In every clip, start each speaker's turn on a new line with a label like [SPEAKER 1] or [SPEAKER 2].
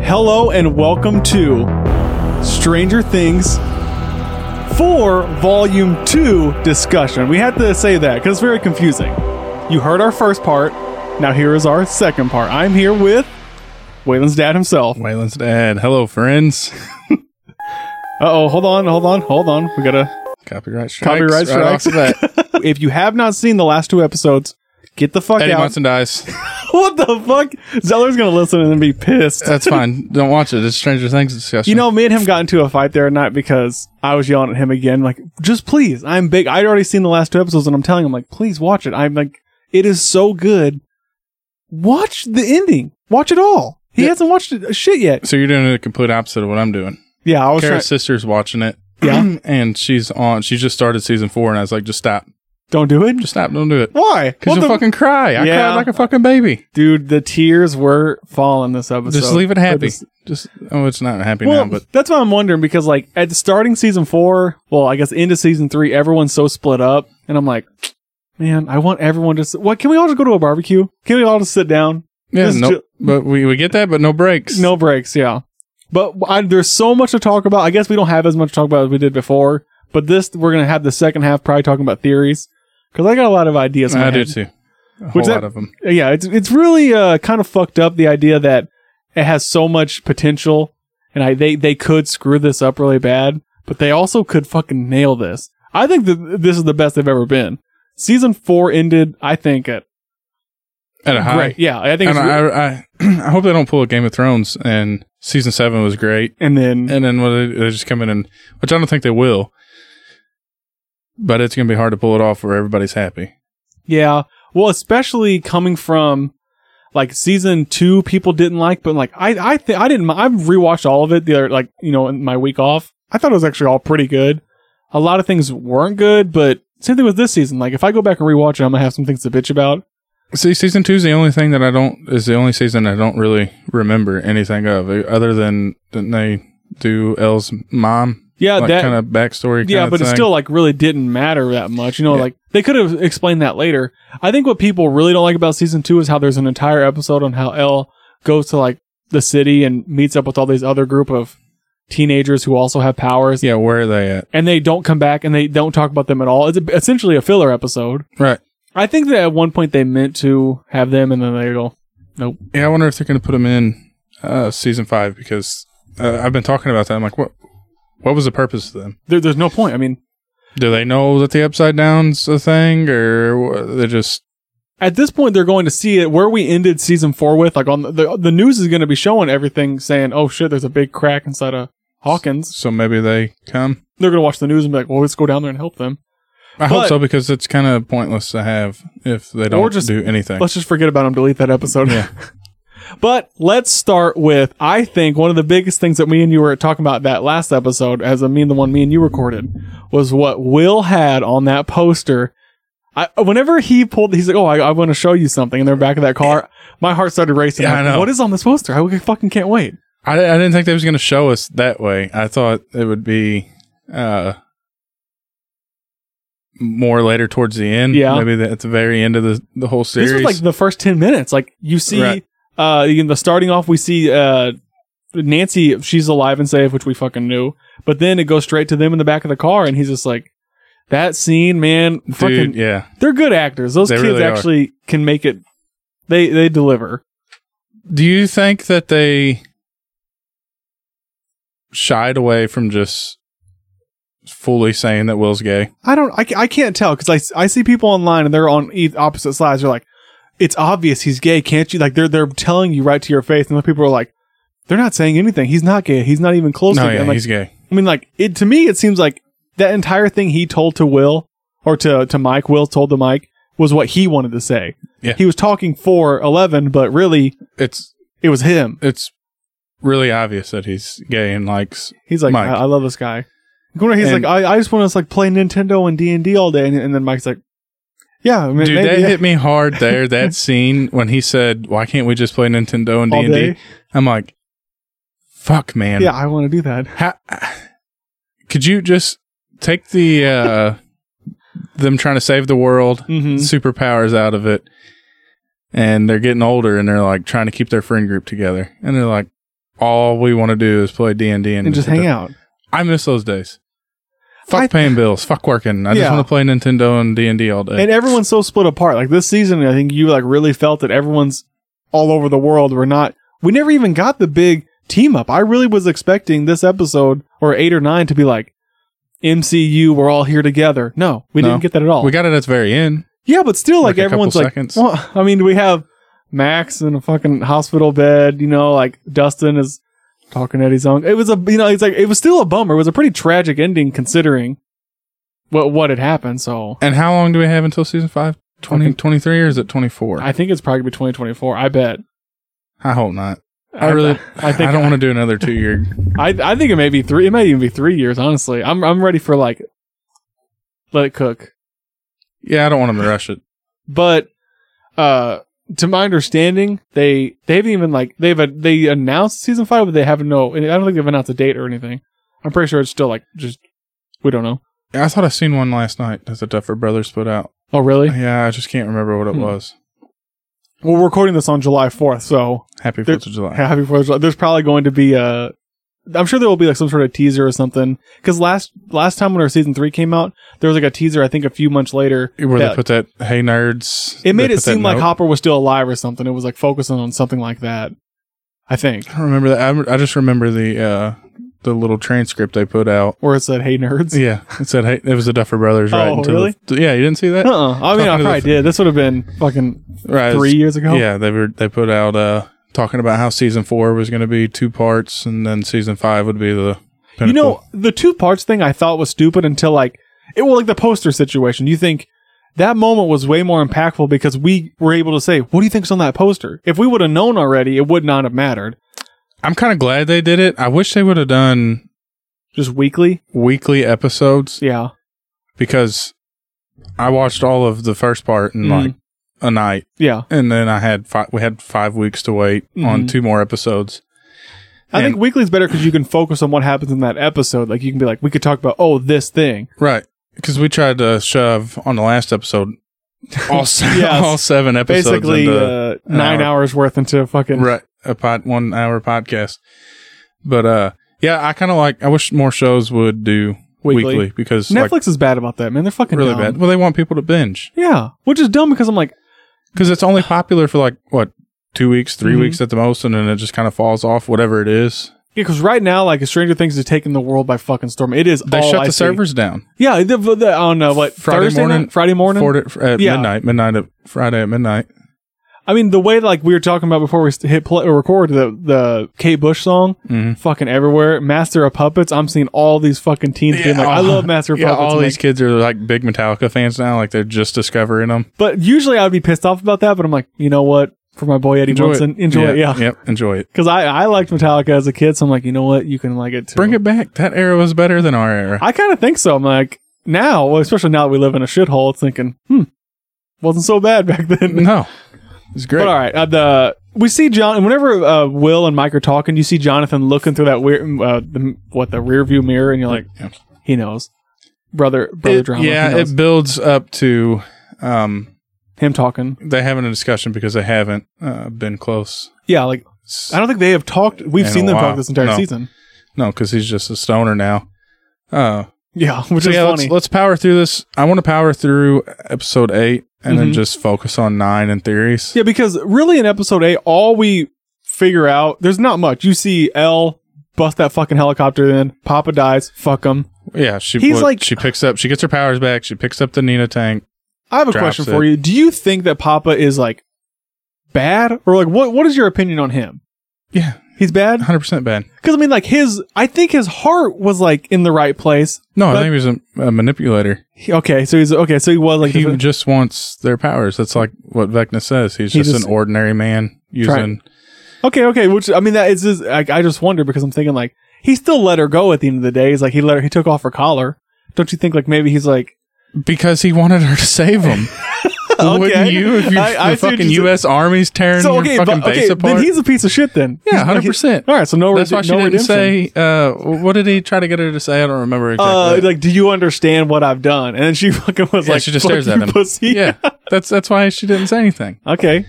[SPEAKER 1] Hello and welcome to Stranger Things 4 Volume 2 discussion. We had to say that because it's very confusing. You heard our first part. Now here is our second part. I'm here with Waylon's dad himself. Uh
[SPEAKER 2] Wayland's dad. Hello, friends.
[SPEAKER 1] oh, hold on, hold on, hold on. We gotta
[SPEAKER 2] Copyright strikes.
[SPEAKER 1] copyright
[SPEAKER 2] right
[SPEAKER 1] strikes.
[SPEAKER 2] off the bat.
[SPEAKER 1] if you have not seen the last two episodes, get the fuck
[SPEAKER 2] Eddie
[SPEAKER 1] out.
[SPEAKER 2] Munson dies.
[SPEAKER 1] What the fuck? Zeller's gonna listen and then be pissed.
[SPEAKER 2] That's fine. Don't watch it. It's Stranger Things discussion.
[SPEAKER 1] You know, me and him got into a fight there at night because I was yelling at him again, like, just please, I'm big. I'd already seen the last two episodes and I'm telling him, like, please watch it. I'm like, it is so good. Watch the ending. Watch it all. He
[SPEAKER 2] Yeah.
[SPEAKER 1] hasn't watched it, uh, shit yet.
[SPEAKER 2] So you're doing the complete opposite of what I'm doing.
[SPEAKER 1] Yeah, I was
[SPEAKER 2] Kara's
[SPEAKER 1] trying.
[SPEAKER 2] sister's watching it.
[SPEAKER 1] Yeah.
[SPEAKER 2] and she's on. She just started season four, and I was like, just stop.
[SPEAKER 1] Don't do it.
[SPEAKER 2] Just stop. Don't do it.
[SPEAKER 1] Why?
[SPEAKER 2] Because
[SPEAKER 1] What
[SPEAKER 2] you'll
[SPEAKER 1] the-
[SPEAKER 2] fucking cry. I
[SPEAKER 1] Yeah.
[SPEAKER 2] cried like a fucking baby.
[SPEAKER 1] dude, the tears were falling this episode.
[SPEAKER 2] Just leave it happy.
[SPEAKER 1] But this-
[SPEAKER 2] Just, oh, it's not happy
[SPEAKER 1] Well,
[SPEAKER 2] now, but
[SPEAKER 1] that's why I'm wondering because, like, at the starting season four, well, I guess into season three, everyone's so split up, and I'm like, man, I want everyone to. s- What can we all just go to a barbecue? Can we all just sit down?
[SPEAKER 2] yeah,
[SPEAKER 1] this is
[SPEAKER 2] no.
[SPEAKER 1] ju-
[SPEAKER 2] but we, we get that, but no breaks.
[SPEAKER 1] No breaks, yeah. But I, there's so much to talk about. I guess we don't have as much to talk about as we did before. But this, we're gonna have the second half probably talking about theories because I got a lot of ideas. in my
[SPEAKER 2] I do
[SPEAKER 1] head.
[SPEAKER 2] too. A whole
[SPEAKER 1] Which that-
[SPEAKER 2] lot of them.
[SPEAKER 1] yeah, it's it's really uh, kind of fucked up the idea that it has so much potential, and I they they could screw this up really bad, but they also could fucking nail this. I think that this is the best they've ever been. Season four ended, I think, at
[SPEAKER 2] At a high.
[SPEAKER 1] great. Yeah, I think,
[SPEAKER 2] And
[SPEAKER 1] it's re-
[SPEAKER 2] I, I, I hope they don't pull a Game of Thrones. And season seven was great.
[SPEAKER 1] and then
[SPEAKER 2] And then what they, they just come in and, which I don't think they will. But it's going to be hard to pull it off where everybody's happy.
[SPEAKER 1] yeah, well, especially coming from like season two, people didn't like, but like I I th- I didn't. mi- I've rewatched all of it the other like you know in my week off. I thought it was actually all pretty good. a lot of things weren't good, but same thing with this season. Like if I go back and rewatch it, I'm gonna have some things to bitch about.
[SPEAKER 2] See, season two is the only thing that I don't is the only season I don't really remember anything of, eh, other than than they do Elle's mom,
[SPEAKER 1] Yeah,
[SPEAKER 2] like
[SPEAKER 1] that.
[SPEAKER 2] kind of backstory.
[SPEAKER 1] yeah,
[SPEAKER 2] kinda
[SPEAKER 1] but it
[SPEAKER 2] thing.
[SPEAKER 1] still like really didn't matter that much. You know,
[SPEAKER 2] Yeah.
[SPEAKER 1] like they could have explained that later. I think what people really don't like about season two is how there's an entire episode on how Elle goes to like the city and meets up with all these other group of teenagers who also have powers.
[SPEAKER 2] yeah, where are they at?
[SPEAKER 1] And they don't come back and they don't talk about them at all. It's a, essentially a filler episode.
[SPEAKER 2] Right.
[SPEAKER 1] I think that at one point they meant to have them and then they go,
[SPEAKER 2] Yeah, I wonder if they're going to put them in uh, season five because uh, I've been talking about that. I'm like, what? What was the purpose of them?
[SPEAKER 1] there, there's no point. I mean,
[SPEAKER 2] Do they know that the upside down's a thing, or they just
[SPEAKER 1] at this point they're going to see it where we ended season four with like on the the, the news is going to be showing everything saying oh shit there's a big crack inside of hawkins
[SPEAKER 2] so maybe they come?
[SPEAKER 1] they're going to watch the news and be like well let's go down there and help them But-
[SPEAKER 2] I hope so because it's kind of pointless to have if they don't
[SPEAKER 1] Or just-
[SPEAKER 2] do anything.
[SPEAKER 1] let's just forget about them delete that episode
[SPEAKER 2] Yeah.
[SPEAKER 1] but let's start with i think one of the biggest things that me and you were talking about that last episode as a me and the one me and you recorded was what will had on that poster I, whenever he pulled, he's like, "Oh, I, I want to show you something." In the back of that car, my heart started racing.
[SPEAKER 2] Yeah, I
[SPEAKER 1] Like,
[SPEAKER 2] know.
[SPEAKER 1] What is on this poster? I fucking can't wait.
[SPEAKER 2] I, I didn't think they was going to show us that way. I thought it would be uh, more later towards the end.
[SPEAKER 1] Yeah.
[SPEAKER 2] maybe the, at the very end of the the whole series.
[SPEAKER 1] This was like the first ten minutes. Like you see,
[SPEAKER 2] Right.
[SPEAKER 1] uh, in the starting off, we see uh, Nancy. She's alive and safe, which we fucking knew. But then it goes straight to them in the back of the car, and he's just like, "That scene, man, fucking,
[SPEAKER 2] Dude, yeah.
[SPEAKER 1] they're good actors. Those
[SPEAKER 2] They
[SPEAKER 1] kids
[SPEAKER 2] really are.
[SPEAKER 1] actually can make it. They they deliver.
[SPEAKER 2] Do you think that they shied away from just fully saying that Will's gay?
[SPEAKER 1] I don't. I, ca- I can't tell because I, s- I see people online and they're on e- opposite sides. They're like, it's obvious he's gay, can't you? Like they're they're telling you right to your face, and the people are like, they're not saying anything. He's not gay. He's not even close
[SPEAKER 2] No,
[SPEAKER 1] to gay.
[SPEAKER 2] yeah,
[SPEAKER 1] I'm like,
[SPEAKER 2] he's gay.
[SPEAKER 1] I mean, like it to me, it seems like that entire thing he told to Will or to to Mike, Will told to Mike was what he wanted to say.
[SPEAKER 2] Yeah.
[SPEAKER 1] he was talking for Eleven, but really
[SPEAKER 2] it's
[SPEAKER 1] it was him.
[SPEAKER 2] it's really obvious that he's gay and likes
[SPEAKER 1] He's like,
[SPEAKER 2] Mike.
[SPEAKER 1] I, I love this guy. Gordon, He's
[SPEAKER 2] And-
[SPEAKER 1] like, I, I just want to like play Nintendo and D and D all day, and, and then Mike's like, Yeah, I mean,
[SPEAKER 2] dude
[SPEAKER 1] maybe,
[SPEAKER 2] that
[SPEAKER 1] yeah,
[SPEAKER 2] hit me hard there that scene when he said why can't we just play nintendo and
[SPEAKER 1] all
[SPEAKER 2] d&d
[SPEAKER 1] day.
[SPEAKER 2] i'm like fuck man
[SPEAKER 1] Yeah, I want to do that.
[SPEAKER 2] How, could you just take the uh them trying to save the world
[SPEAKER 1] Mm-hmm.
[SPEAKER 2] superpowers out of it and they're getting older and they're like trying to keep their friend group together and they're like all we want to do is play D and D
[SPEAKER 1] and just hang out.
[SPEAKER 2] I miss those days. Fuck
[SPEAKER 1] I-
[SPEAKER 2] paying bills. Fuck working. I just
[SPEAKER 1] Yeah.
[SPEAKER 2] want to play Nintendo and D and D all day.
[SPEAKER 1] And everyone's so split apart. Like this season, I think you like really felt that everyone's all over the world. We're not. We never even got the big team up. I really was expecting this episode or eight or nine to be like MCU. We're all here together. No, we
[SPEAKER 2] No.
[SPEAKER 1] didn't get that at all.
[SPEAKER 2] we got it at the very end.
[SPEAKER 1] yeah, but still, like,
[SPEAKER 2] like a couple
[SPEAKER 1] everyone's like.
[SPEAKER 2] seconds.
[SPEAKER 1] Well, I mean, we have Max in a fucking hospital bed. You know, like Dustin is talking at his own. It was a you know, it's like it was still a bummer. It was a pretty tragic ending considering what what had happened. So
[SPEAKER 2] And how long do we have until season five? 20, 23 or is it 24? I,
[SPEAKER 1] I think it's probably gonna be 2024. I bet.
[SPEAKER 2] hope not. I really, I,
[SPEAKER 1] I think
[SPEAKER 2] don't want to do another two year.
[SPEAKER 1] I I think it may be three. It might even be three years. Honestly, I'm I'm ready for like let it cook.
[SPEAKER 2] yeah, I don't want to rush it.
[SPEAKER 1] But uh, to my understanding, they they haven't even like they've a, they announced season five, but they haven't no. and I don't think they've announced a date or anything. I'm pretty sure it's still like just we don't know.
[SPEAKER 2] I thought I seen one last night that the Duffer Brothers put out.
[SPEAKER 1] Oh really?
[SPEAKER 2] Yeah, I just can't remember what it
[SPEAKER 1] Hmm.
[SPEAKER 2] was.
[SPEAKER 1] Well, we're recording this on July 4th, so
[SPEAKER 2] Happy
[SPEAKER 1] There-
[SPEAKER 2] Fourth of July.
[SPEAKER 1] happy Fourth of July. There's probably going to be a. I'm sure there will be like some sort of teaser or something. Because last last time when our season three came out, there was like a teaser. I think a few months later
[SPEAKER 2] Where
[SPEAKER 1] that-
[SPEAKER 2] they put that "Hey nerds."
[SPEAKER 1] It made
[SPEAKER 2] they
[SPEAKER 1] it
[SPEAKER 2] put that
[SPEAKER 1] seem like
[SPEAKER 2] note.
[SPEAKER 1] Hopper was still alive or something. It was like focusing on something like that. I think.
[SPEAKER 2] I don't remember that. I, rem- I just remember the uh, the little transcript they put out.
[SPEAKER 1] Or it said, hey, nerds.
[SPEAKER 2] Yeah, it said hey, it was the Duffer Brothers, right?
[SPEAKER 1] Oh,
[SPEAKER 2] until
[SPEAKER 1] really?
[SPEAKER 2] the- yeah, you didn't see that,
[SPEAKER 1] Uh-uh. I mean, I
[SPEAKER 2] Talking to
[SPEAKER 1] probably
[SPEAKER 2] the-
[SPEAKER 1] did. This would have been fucking
[SPEAKER 2] right? it's-
[SPEAKER 1] three years ago.
[SPEAKER 2] Yeah, they were they put out uh, talking about how season four was going to be two parts, and then season five would be the. Pinnacle.
[SPEAKER 1] You know, the two parts thing I thought was stupid until like, it well, like the poster situation. You think that moment was way more impactful because we were able to say, what do you think's on that poster? If we would have known already, it would not have mattered.
[SPEAKER 2] I'm kind of glad they did it. I wish they would have done
[SPEAKER 1] Just weekly.
[SPEAKER 2] weekly episodes
[SPEAKER 1] Yeah.
[SPEAKER 2] because I watched all of the first part in
[SPEAKER 1] Mhm.
[SPEAKER 2] like a night,
[SPEAKER 1] Yeah.
[SPEAKER 2] and then I had five, we had five weeks to wait on
[SPEAKER 1] Mhm.
[SPEAKER 2] two more episodes.
[SPEAKER 1] I
[SPEAKER 2] And-
[SPEAKER 1] think weekly is better because you can focus on what happens in that episode. Like you can be like, we could talk about, oh, this thing.
[SPEAKER 2] Right. Because we tried to shove on the last episode all, se-
[SPEAKER 1] Yes.
[SPEAKER 2] all seven episodes
[SPEAKER 1] basically
[SPEAKER 2] into
[SPEAKER 1] uh,
[SPEAKER 2] an
[SPEAKER 1] nine
[SPEAKER 2] hour.
[SPEAKER 1] hours worth into fucking
[SPEAKER 2] right, a pod, one hour podcast. But uh, yeah, I kind of like, I wish more shows would do
[SPEAKER 1] Weekly.
[SPEAKER 2] weekly, because
[SPEAKER 1] Netflix
[SPEAKER 2] like,
[SPEAKER 1] is bad about that, man. They're fucking
[SPEAKER 2] really
[SPEAKER 1] dumb.
[SPEAKER 2] bad. Well, they want people to binge
[SPEAKER 1] Yeah, which is dumb because I'm like,
[SPEAKER 2] because it's only popular for like, what, two weeks, 3
[SPEAKER 1] Mhm.
[SPEAKER 2] weeks at the most, and then it just kind of falls off, whatever it is.
[SPEAKER 1] because right now, like, Stranger Things is taking the world by fucking storm. It is.
[SPEAKER 2] They
[SPEAKER 1] all
[SPEAKER 2] shut
[SPEAKER 1] I
[SPEAKER 2] the
[SPEAKER 1] see.
[SPEAKER 2] servers down
[SPEAKER 1] Yeah, the, the, the, on uh, what
[SPEAKER 2] Friday
[SPEAKER 1] Thursday
[SPEAKER 2] morning-
[SPEAKER 1] night? Friday morning.
[SPEAKER 2] Four to, at
[SPEAKER 1] Yeah.
[SPEAKER 2] midnight, midnight at Friday at midnight.
[SPEAKER 1] I mean, the way like we were talking about before we st- hit play or record the the Kate Bush song,
[SPEAKER 2] Mhm.
[SPEAKER 1] fucking everywhere. Master of Puppets. I'm seeing all these fucking teens being like,
[SPEAKER 2] Yeah,
[SPEAKER 1] I
[SPEAKER 2] all-
[SPEAKER 1] love Master of
[SPEAKER 2] Yeah,
[SPEAKER 1] Puppets.
[SPEAKER 2] all
[SPEAKER 1] I'm
[SPEAKER 2] these
[SPEAKER 1] like-
[SPEAKER 2] kids are like big Metallica fans now. Like they're just discovering them.
[SPEAKER 1] but usually I'd be pissed off about that. But I'm like, you know what? For my boy Eddie Munson, enjoy it. Yeah.
[SPEAKER 2] Yep. Enjoy it.
[SPEAKER 1] Because I, I liked Metallica as a kid, so I'm like, you know what, you can like it too.
[SPEAKER 2] Bring it back. That era was better than our era.
[SPEAKER 1] I kind of think so. I'm like now, well, especially now that we live in a shithole, it's thinking, hmm, wasn't so bad back then.
[SPEAKER 2] no, it's great.
[SPEAKER 1] But all right, uh, the we see John. and Whenever uh, Will and Mike are talking, you see Jonathan looking through that weird, uh, the, what the rear view mirror, and you're like,
[SPEAKER 2] Yeah.
[SPEAKER 1] he knows, brother, brother
[SPEAKER 2] It-
[SPEAKER 1] drama.
[SPEAKER 2] yeah,
[SPEAKER 1] he knows.
[SPEAKER 2] it builds up to. Um,
[SPEAKER 1] him talking.
[SPEAKER 2] they having a discussion because they haven't uh, been close.
[SPEAKER 1] Yeah, like I don't think they have talked. We've
[SPEAKER 2] In
[SPEAKER 1] seen
[SPEAKER 2] a
[SPEAKER 1] them
[SPEAKER 2] while.
[SPEAKER 1] talk this entire
[SPEAKER 2] No.
[SPEAKER 1] season.
[SPEAKER 2] No, because he's just a stoner now. Uh,
[SPEAKER 1] Yeah, which
[SPEAKER 2] so
[SPEAKER 1] is
[SPEAKER 2] yeah,
[SPEAKER 1] funny.
[SPEAKER 2] let's let's power through this. I want to power through episode eight and then
[SPEAKER 1] Mhm.
[SPEAKER 2] just focus on nine and theories.
[SPEAKER 1] Yeah, because really in episode eight, all we figure out there's not much. You see L bust that fucking helicopter, then Papa dies. Fuck him.
[SPEAKER 2] Yeah, she
[SPEAKER 1] He's
[SPEAKER 2] what-
[SPEAKER 1] like-
[SPEAKER 2] she picks up, she gets her powers back. She picks up the Nina tank.
[SPEAKER 1] I have a
[SPEAKER 2] Drops
[SPEAKER 1] question for you. Do you think that Papa is like bad or like what? What is your opinion on him?
[SPEAKER 2] Yeah,
[SPEAKER 1] He's bad
[SPEAKER 2] hundred percent bad.
[SPEAKER 1] because I mean, like his. I think his heart was like in the right place.
[SPEAKER 2] No,
[SPEAKER 1] But-
[SPEAKER 2] I think he was a, a manipulator.
[SPEAKER 1] He- okay, so he's okay. So he was like
[SPEAKER 2] he
[SPEAKER 1] different-
[SPEAKER 2] just wants their powers. That's like what Vecna says. He's
[SPEAKER 1] He
[SPEAKER 2] just,
[SPEAKER 1] just-
[SPEAKER 2] an ordinary man using.
[SPEAKER 1] okay, okay. Which I mean, that is just like I just wonder because I'm thinking like he still let her go at the end of the day. He's like he let her. He took off her collar. Don't you think like maybe he's like
[SPEAKER 2] Because he wanted her to save him.
[SPEAKER 1] Okay.
[SPEAKER 2] Wouldn't you? If you
[SPEAKER 1] I- I
[SPEAKER 2] the
[SPEAKER 1] see what
[SPEAKER 2] fucking
[SPEAKER 1] you're
[SPEAKER 2] U.S. Army's tearing
[SPEAKER 1] So okay,
[SPEAKER 2] your fucking
[SPEAKER 1] but, okay,
[SPEAKER 2] base apart.
[SPEAKER 1] then he's a piece of shit. Then
[SPEAKER 2] yeah,
[SPEAKER 1] He's-
[SPEAKER 2] hundred percent.
[SPEAKER 1] All right, so no,
[SPEAKER 2] That's why
[SPEAKER 1] rede-
[SPEAKER 2] she
[SPEAKER 1] no
[SPEAKER 2] didn't
[SPEAKER 1] redemption.
[SPEAKER 2] say. Uh, what did he try to get her to say? I don't remember
[SPEAKER 1] Uh,
[SPEAKER 2] exactly.
[SPEAKER 1] like, do you understand what I've done? And then she fucking was
[SPEAKER 2] Yeah,
[SPEAKER 1] like,
[SPEAKER 2] she just
[SPEAKER 1] "Fuck
[SPEAKER 2] stares at
[SPEAKER 1] you,
[SPEAKER 2] him.
[SPEAKER 1] Pussy.
[SPEAKER 2] yeah, that's that's why she didn't say anything.
[SPEAKER 1] Okay.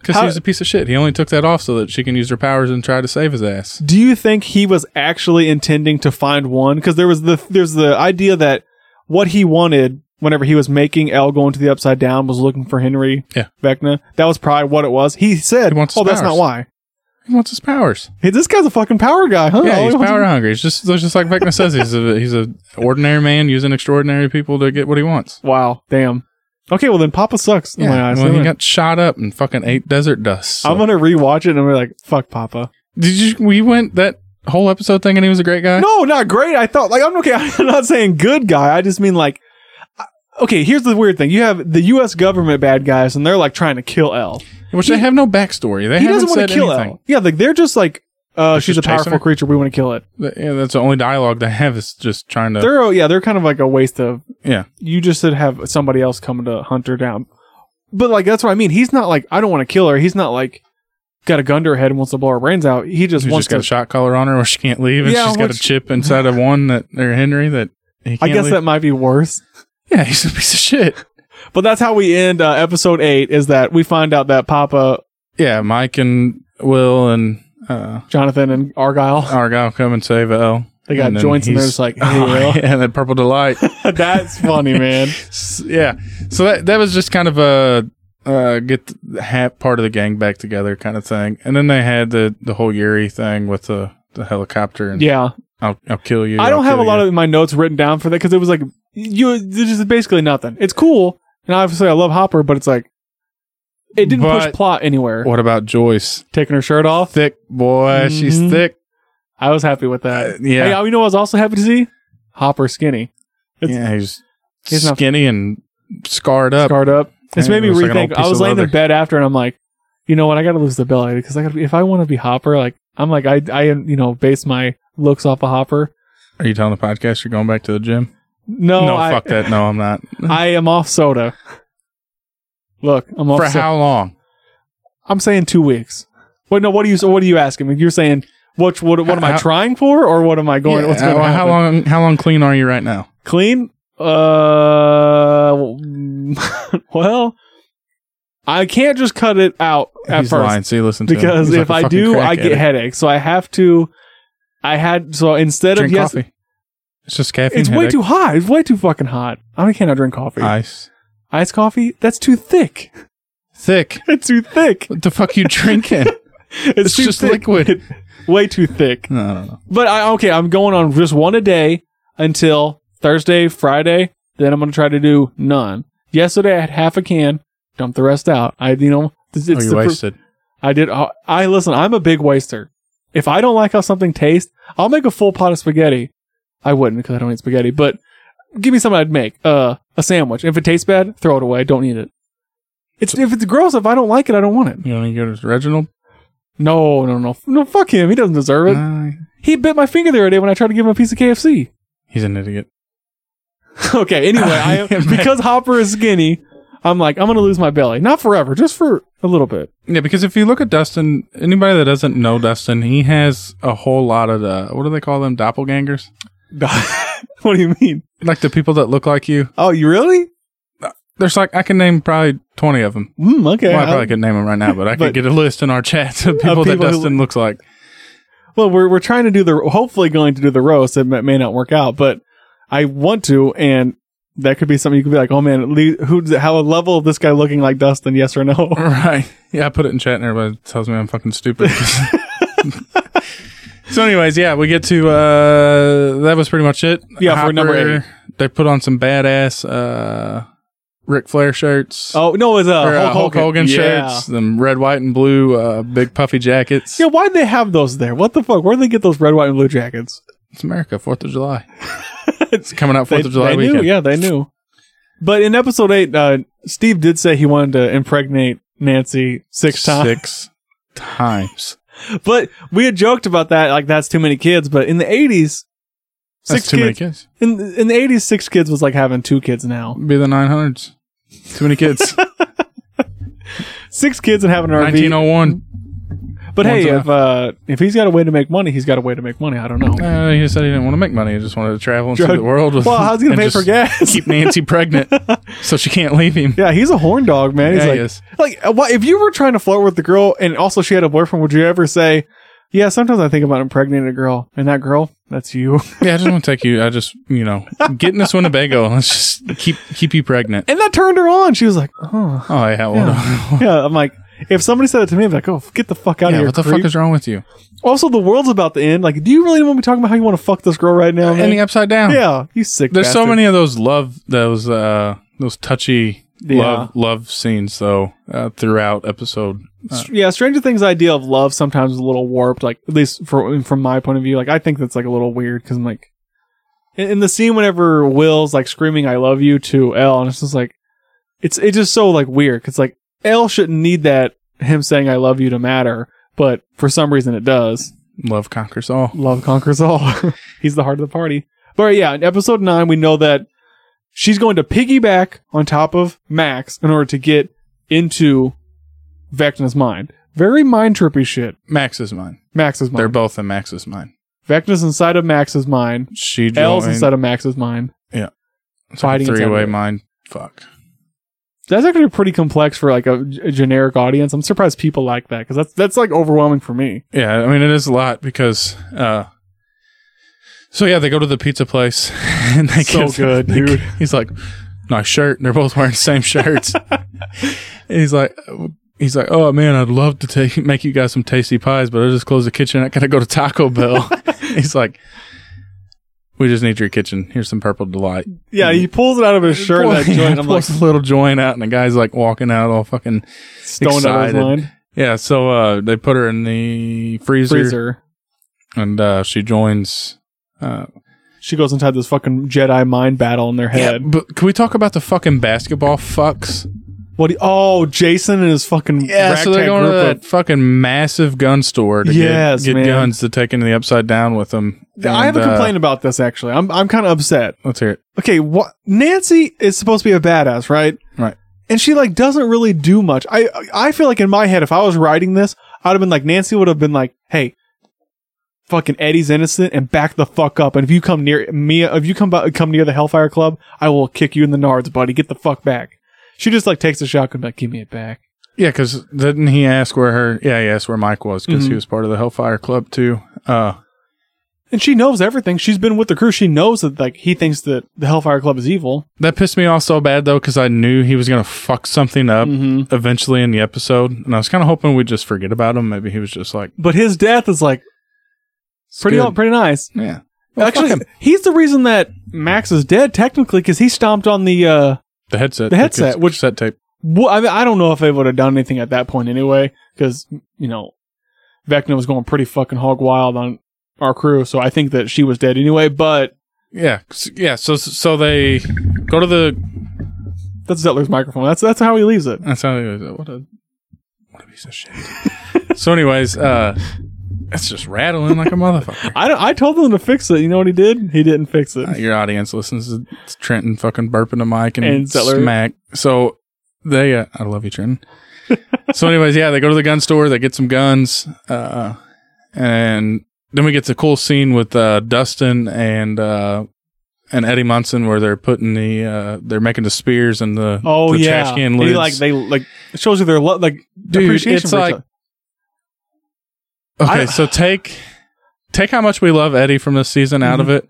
[SPEAKER 2] Because
[SPEAKER 1] How-
[SPEAKER 2] he was a piece of shit. He only took that off so that she can use her powers and try to save his ass.
[SPEAKER 1] Do you think he was actually intending to find one? Because there was the there's the idea that what he wanted whenever he was making L go into the upside down was looking for Henry
[SPEAKER 2] Yeah.
[SPEAKER 1] Vecna. That was probably what it was. He said,
[SPEAKER 2] He wants
[SPEAKER 1] "Oh,
[SPEAKER 2] his
[SPEAKER 1] that's not
[SPEAKER 2] powers."
[SPEAKER 1] why."
[SPEAKER 2] He wants his powers.
[SPEAKER 1] Hey, this guy's a fucking power guy, huh? All
[SPEAKER 2] yeah,
[SPEAKER 1] he
[SPEAKER 2] he's
[SPEAKER 1] wants-
[SPEAKER 2] power hungry. He's just just like Vecna says. He's a he's a ordinary man using extraordinary people to get what he wants.
[SPEAKER 1] Wow, damn. Okay, well then Papa sucks. in my
[SPEAKER 2] Yeah.
[SPEAKER 1] eyes.
[SPEAKER 2] Well, he
[SPEAKER 1] Anyway.
[SPEAKER 2] got shot up and fucking ate desert dust. so-
[SPEAKER 1] I'm gonna rewatch it and we're like, "Fuck Papa."
[SPEAKER 2] Did you? We went that whole episode thinking he was a great guy.
[SPEAKER 1] No, not great. I thought like I'm okay. I'm not saying good guy. I just mean like. I- Okay, here's the weird thing. You have the U.S. government bad guys, and they're like trying to kill L.
[SPEAKER 2] Which they have no backstory. They
[SPEAKER 1] he
[SPEAKER 2] haven't
[SPEAKER 1] doesn't want
[SPEAKER 2] said
[SPEAKER 1] to kill
[SPEAKER 2] anything.
[SPEAKER 1] Elle. Yeah, like they're just like, uh,
[SPEAKER 2] They're
[SPEAKER 1] she's
[SPEAKER 2] just
[SPEAKER 1] a
[SPEAKER 2] chasing
[SPEAKER 1] powerful
[SPEAKER 2] her?
[SPEAKER 1] creature. We want to kill it.
[SPEAKER 2] Th- Yeah, that's the only dialogue they have is just trying to.
[SPEAKER 1] They're oh, yeah, they're kind of like a waste of.
[SPEAKER 2] Yeah.
[SPEAKER 1] you just should have somebody else coming to hunt her down. But like that's what I mean. He's not like I don't want to kill her. He's not like got a gun to her head and wants to blow her brains out. He just
[SPEAKER 2] She's
[SPEAKER 1] wants
[SPEAKER 2] just got a
[SPEAKER 1] to.
[SPEAKER 2] shot collar on her where she can't leave, and
[SPEAKER 1] Yeah,
[SPEAKER 2] she's got a
[SPEAKER 1] which-
[SPEAKER 2] chip inside of one that or Henry that he can't
[SPEAKER 1] I guess
[SPEAKER 2] leave.
[SPEAKER 1] that might be worse.
[SPEAKER 2] yeah, he's a piece of shit.
[SPEAKER 1] But that's how we end uh, episode eight. Is that we find out that Papa
[SPEAKER 2] Yeah, Mike and Will and uh,
[SPEAKER 1] Jonathan and Argyle
[SPEAKER 2] Argyle come and save L.
[SPEAKER 1] they got
[SPEAKER 2] then
[SPEAKER 1] joints and they're
[SPEAKER 2] he's-
[SPEAKER 1] just like,
[SPEAKER 2] Oh,
[SPEAKER 1] hey,
[SPEAKER 2] yeah, that purple delight.
[SPEAKER 1] Will. that's funny, man.
[SPEAKER 2] S- yeah. So that that was just kind of a uh, get the half part of the gang back together kind of thing, and then they had the the whole Yuri thing with the the helicopter and
[SPEAKER 1] Yeah,
[SPEAKER 2] I'll I'll kill you.
[SPEAKER 1] I don't
[SPEAKER 2] I'll
[SPEAKER 1] have a
[SPEAKER 2] kill
[SPEAKER 1] lot
[SPEAKER 2] you.
[SPEAKER 1] of my notes written down for that because it was like you. It's just basically nothing. It's cool, and obviously I love Hopper, but it's like it didn't push
[SPEAKER 2] But-
[SPEAKER 1] plot anywhere.
[SPEAKER 2] What about Joyce?
[SPEAKER 1] Taking her shirt off,
[SPEAKER 2] Thick boy, she's
[SPEAKER 1] Mhm.
[SPEAKER 2] thick.
[SPEAKER 1] I was happy with that.
[SPEAKER 2] Uh, yeah,
[SPEAKER 1] Hey, you know, what I was also happy to see Hopper skinny, it's-
[SPEAKER 2] yeah, he's,
[SPEAKER 1] he's not-
[SPEAKER 2] skinny and scarred up.
[SPEAKER 1] scarred up. This
[SPEAKER 2] Yeah,
[SPEAKER 1] made me
[SPEAKER 2] it looks like an
[SPEAKER 1] rethink.
[SPEAKER 2] old piece
[SPEAKER 1] I was
[SPEAKER 2] of
[SPEAKER 1] laying in
[SPEAKER 2] leather.
[SPEAKER 1] bed after, and I'm like, you know what? I got to lose the belly because I got to. If I want to be Hopper, like I'm like I I you know base my looks off of Hopper.
[SPEAKER 2] Are you telling the podcast you're going back to the gym?
[SPEAKER 1] No,
[SPEAKER 2] no,
[SPEAKER 1] I,
[SPEAKER 2] fuck that. No, I'm not.
[SPEAKER 1] I am off soda. Look, I'm off
[SPEAKER 2] For
[SPEAKER 1] so-
[SPEAKER 2] how long?
[SPEAKER 1] I'm saying two weeks. Wait, no. What are you? What are you asking me? You're saying what? What, what am I
[SPEAKER 2] How-
[SPEAKER 1] trying for, or what am I going?
[SPEAKER 2] Yeah,
[SPEAKER 1] what's
[SPEAKER 2] uh,
[SPEAKER 1] going to
[SPEAKER 2] well,
[SPEAKER 1] happen?
[SPEAKER 2] how long? How long clean are you right now?
[SPEAKER 1] Clean. Uh, well, I can't just cut it out at
[SPEAKER 2] he's
[SPEAKER 1] first
[SPEAKER 2] lying. See, listen to him.
[SPEAKER 1] because
[SPEAKER 2] He's like
[SPEAKER 1] if
[SPEAKER 2] a
[SPEAKER 1] I
[SPEAKER 2] fucking
[SPEAKER 1] do,
[SPEAKER 2] crack
[SPEAKER 1] I get
[SPEAKER 2] addict.
[SPEAKER 1] headaches. So I have to. I had so instead
[SPEAKER 2] Drink
[SPEAKER 1] of yes,
[SPEAKER 2] coffee. It's just caffeine.
[SPEAKER 1] it's way
[SPEAKER 2] headache,
[SPEAKER 1] too hot. It's way too fucking hot. I cannot drink coffee.
[SPEAKER 2] ice
[SPEAKER 1] Iced coffee? That's too thick.
[SPEAKER 2] thick.
[SPEAKER 1] It's too thick.
[SPEAKER 2] What the fuck you drinking?
[SPEAKER 1] It's,
[SPEAKER 2] It's
[SPEAKER 1] too
[SPEAKER 2] just
[SPEAKER 1] thick.
[SPEAKER 2] liquid.
[SPEAKER 1] way too thick.
[SPEAKER 2] no, no, no.
[SPEAKER 1] But I okay, I'm going on just one a day until Thursday, Friday. Then I'm gonna try to do none. Yesterday I had half a can, dumped the rest out. I you know it's,
[SPEAKER 2] oh,
[SPEAKER 1] it's
[SPEAKER 2] you
[SPEAKER 1] the pr-
[SPEAKER 2] wasted.
[SPEAKER 1] I did. I I- listen. I'm a big waster. If I don't like how something tastes, I'll make a full pot of spaghetti. I wouldn't because I don't eat spaghetti. But give me something I'd make. Uh, a sandwich. If it tastes bad, throw it away. Don't eat it. It's if it's gross. If I don't like it, I don't want it.
[SPEAKER 2] You want to go to Reginald?
[SPEAKER 1] No, no, no, no. Fuck him. He doesn't deserve it.
[SPEAKER 2] Nah,
[SPEAKER 1] He bit my finger the other day when I tried to give him a piece of KFC.
[SPEAKER 2] he's an idiot.
[SPEAKER 1] Okay. Anyway, I am, because Hopper is skinny, I'm like I'm gonna lose my belly. Not forever, just for a little bit.
[SPEAKER 2] Yeah, because if you look at Dustin, anybody that doesn't know Dustin, he has a whole lot of the what do they call them doppelgangers?
[SPEAKER 1] what do you mean?
[SPEAKER 2] Like the people that look like you.
[SPEAKER 1] Oh, you really?
[SPEAKER 2] There's like I can name probably twenty of them.
[SPEAKER 1] Mm, okay.
[SPEAKER 2] well, I
[SPEAKER 1] I-
[SPEAKER 2] probably could name them right now, but I
[SPEAKER 1] But-
[SPEAKER 2] could get a list in our chat of people,
[SPEAKER 1] people who-
[SPEAKER 2] that Dustin looks like.
[SPEAKER 1] well, we're we're trying to do the hopefully going to do the roast. It may, may not work out, but I want to, and that could be something you could be like, oh man, at least- who's how a level of this guy looking like Dustin? Yes or no?
[SPEAKER 2] Right. Yeah, I put it in chat and everybody tells me I'm fucking stupid. so, anyways, yeah, we get to uh that was pretty much it.
[SPEAKER 1] Yeah, for number eight.
[SPEAKER 2] They put on some badass uh Ric Flair shirts.
[SPEAKER 1] Oh no, it's a
[SPEAKER 2] Or, uh,
[SPEAKER 1] Hulk, Hogan, yeah.
[SPEAKER 2] shirts, them red, white, and blue, uh, big puffy jackets.
[SPEAKER 1] Yeah, why'd they have those there? What the fuck? Where'd they get those red, white, and blue jackets?
[SPEAKER 2] It's America, Fourth of July. it's coming out Fourth
[SPEAKER 1] they,
[SPEAKER 2] of July
[SPEAKER 1] they
[SPEAKER 2] weekend.
[SPEAKER 1] Knew, yeah, they knew. But in episode eight, uh, Steve did say he wanted to impregnate Nancy six times.
[SPEAKER 2] Six times.
[SPEAKER 1] But we had joked about that, like that's too many kids. But in the eighties,
[SPEAKER 2] That's
[SPEAKER 1] six
[SPEAKER 2] too many
[SPEAKER 1] kids.
[SPEAKER 2] kids.
[SPEAKER 1] In, in the eighties, six kids was like having two kids now.
[SPEAKER 2] Be the nine hundreds. Too many kids.
[SPEAKER 1] Six kids and having an
[SPEAKER 2] Nineteen
[SPEAKER 1] RV.
[SPEAKER 2] oh one.
[SPEAKER 1] But But
[SPEAKER 2] Once
[SPEAKER 1] hey,
[SPEAKER 2] in a-
[SPEAKER 1] if uh, if he's got a way to make money, he's got a way to make money. I don't know.
[SPEAKER 2] Uh, he said he didn't want to make money. He just wanted to travel and see
[SPEAKER 1] Drug-
[SPEAKER 2] the world. With,
[SPEAKER 1] Well, how's he gonna
[SPEAKER 2] and
[SPEAKER 1] pay
[SPEAKER 2] just
[SPEAKER 1] for gas?
[SPEAKER 2] Keep Nancy pregnant, so she can't leave him.
[SPEAKER 1] yeah, he's a horn dog, man. He's
[SPEAKER 2] Yeah,
[SPEAKER 1] like,
[SPEAKER 2] he is.
[SPEAKER 1] like uh, what, if you were trying to flirt with the girl, and also she had a boyfriend, would you ever say, "Yeah, sometimes I think about impregnating a girl," and that girl, that's you,
[SPEAKER 2] Yeah, I just want to take you. I just, you know, get in this Winnebago. Let's just keep keep you pregnant.
[SPEAKER 1] and that turned her on. She was like, "Oh,
[SPEAKER 2] Oh yeah, well, yeah.
[SPEAKER 1] yeah." I'm like, if somebody said it to me, I'd be like, "Oh, get the fuck out of here!"
[SPEAKER 2] what the
[SPEAKER 1] creep."
[SPEAKER 2] fuck is wrong with you?
[SPEAKER 1] also, the world's about to end. Like, do you really want to be talking about how you want to fuck this girl right now? man?
[SPEAKER 2] Ending upside down.
[SPEAKER 1] yeah, you sick.
[SPEAKER 2] There's so
[SPEAKER 1] bastard.
[SPEAKER 2] many of those love those uh those touchy
[SPEAKER 1] Yeah.
[SPEAKER 2] love love scenes though uh, throughout episode. Uh,
[SPEAKER 1] yeah, Stranger Things idea of love sometimes is a little warped. Like at least for, from my point of view, like I think that's like a little weird because I'm like, in, in the scene whenever Will's like screaming "I love you" to L, and it's just like, it's it's just so like weird because like L shouldn't need that him saying "I love you" to matter, but for some reason it does.
[SPEAKER 2] love conquers all.
[SPEAKER 1] Love conquers all. He's the heart of the party. But yeah, in episode nine, we know that she's going to piggyback on top of Max in order to get into Vecna's mind. Very mind trippy shit.
[SPEAKER 2] Max is mine.
[SPEAKER 1] Max's
[SPEAKER 2] They're
[SPEAKER 1] mind.
[SPEAKER 2] both in Max's mind.
[SPEAKER 1] Vecna's inside of Max's mind.
[SPEAKER 2] She
[SPEAKER 1] L's
[SPEAKER 2] joined
[SPEAKER 1] inside of Max's mind. fighting inside
[SPEAKER 2] three way
[SPEAKER 1] of it.
[SPEAKER 2] mind. Fuck.
[SPEAKER 1] That's actually pretty complex for like a, a generic audience. I'm surprised people like that because that's that's like overwhelming for me.
[SPEAKER 2] Yeah, I mean it is a lot because uh so yeah, they go to the pizza place and they
[SPEAKER 1] So
[SPEAKER 2] give-
[SPEAKER 1] good,
[SPEAKER 2] they-
[SPEAKER 1] dude.
[SPEAKER 2] He's like, nice shirt, and they're both wearing the same shirts. and he's like he's like, Oh man, I'd love to take make you guys some tasty pies, but I just closed the kitchen, I gotta go to Taco Bell. he's like we just need your kitchen. Here's some purple delight.
[SPEAKER 1] Yeah, he pulls it out of his shirt.
[SPEAKER 2] Boy,
[SPEAKER 1] that joint.
[SPEAKER 2] yeah,
[SPEAKER 1] I'm like
[SPEAKER 2] pulls a little joint out, and the guy's like walking out all fucking.
[SPEAKER 1] stoned out of his
[SPEAKER 2] excited.
[SPEAKER 1] mind.
[SPEAKER 2] Yeah, so uh, they put her in the freezer.
[SPEAKER 1] Freezer.
[SPEAKER 2] and uh, she joins. Uh,
[SPEAKER 1] She goes inside this fucking Jedi mind battle in their head.
[SPEAKER 2] yeah, but can we talk about the fucking basketball fucks?
[SPEAKER 1] What? do you- oh, Jason and his fucking
[SPEAKER 2] so they're
[SPEAKER 1] ragtag
[SPEAKER 2] going to
[SPEAKER 1] group
[SPEAKER 2] that
[SPEAKER 1] of-
[SPEAKER 2] fucking massive gun store to get-
[SPEAKER 1] Yes,
[SPEAKER 2] get,
[SPEAKER 1] man.
[SPEAKER 2] guns to take into the upside down with them.
[SPEAKER 1] I have a
[SPEAKER 2] And, uh,
[SPEAKER 1] complaint about this actually. I'm I'm kind of upset.
[SPEAKER 2] Let's hear it.
[SPEAKER 1] Okay, what Nancy is supposed to be a badass, right?
[SPEAKER 2] Right.
[SPEAKER 1] And she like doesn't really do much. I I feel like in my head, if I was writing this, I'd have been like Nancy would have been like, "Hey, fucking Eddie's innocent, and back the fuck up. And if you come near me, if you come bu- come near the Hellfire Club, I will kick you in the nards, buddy. Get the fuck back." She just like takes a shotgun, like, "Give me it back."
[SPEAKER 2] Yeah, because didn't he ask where her? Yeah, he asked where Mike was because
[SPEAKER 1] Mhm.
[SPEAKER 2] he was part of the Hellfire Club too. Uh,
[SPEAKER 1] And she knows everything. She's been with the crew. She knows that like he thinks that the Hellfire Club is evil.
[SPEAKER 2] that pissed me off so bad though because I knew he was gonna fuck something up
[SPEAKER 1] Mm-hmm.
[SPEAKER 2] eventually in the episode, and I was kind of hoping we'd just forget about him. Maybe he was just like
[SPEAKER 1] But his death is like
[SPEAKER 2] it's
[SPEAKER 1] pretty
[SPEAKER 2] good.
[SPEAKER 1] pretty nice.
[SPEAKER 2] yeah. Well, fuck
[SPEAKER 1] Actually,
[SPEAKER 2] him.
[SPEAKER 1] he's the reason that Max is dead technically because he stomped on the. uh
[SPEAKER 2] The headset.
[SPEAKER 1] The headset,
[SPEAKER 2] cas-
[SPEAKER 1] which-
[SPEAKER 2] cassette tape.
[SPEAKER 1] wo- I mean, I don't know if they would have done anything at that point anyway because you know Vecna was going pretty fucking hog wild on our crew, so I think that she was dead anyway. But
[SPEAKER 2] Yeah, s- yeah. So so they go to the.
[SPEAKER 1] that's Zettler's microphone. That's that's how he leaves it.
[SPEAKER 2] That's how they, what a what a piece of shit. so, anyways, uh, it's just rattling like a motherfucker.
[SPEAKER 1] I don't, I told them to fix it. You know what he did? He didn't fix it.
[SPEAKER 2] Uh, your audience listens to Trenton fucking burping the mic and,
[SPEAKER 1] And Zettler.
[SPEAKER 2] smack. So they, uh, I love you, Trenton. so, anyways, yeah, they go to the gun store. They get some guns, uh, and then we get the cool scene with uh, Dustin and uh, and Eddie Munson where they're putting the uh, they're making the spears and the
[SPEAKER 1] Oh
[SPEAKER 2] the
[SPEAKER 1] yeah,
[SPEAKER 2] trash can
[SPEAKER 1] And he,
[SPEAKER 2] lids.
[SPEAKER 1] like they like it shows you their lo- like
[SPEAKER 2] Dude,
[SPEAKER 1] appreciation
[SPEAKER 2] it's
[SPEAKER 1] for each
[SPEAKER 2] like-
[SPEAKER 1] other.
[SPEAKER 2] Okay,
[SPEAKER 1] I-
[SPEAKER 2] so take take how much we love Eddie from this season out
[SPEAKER 1] Mhm.
[SPEAKER 2] of it.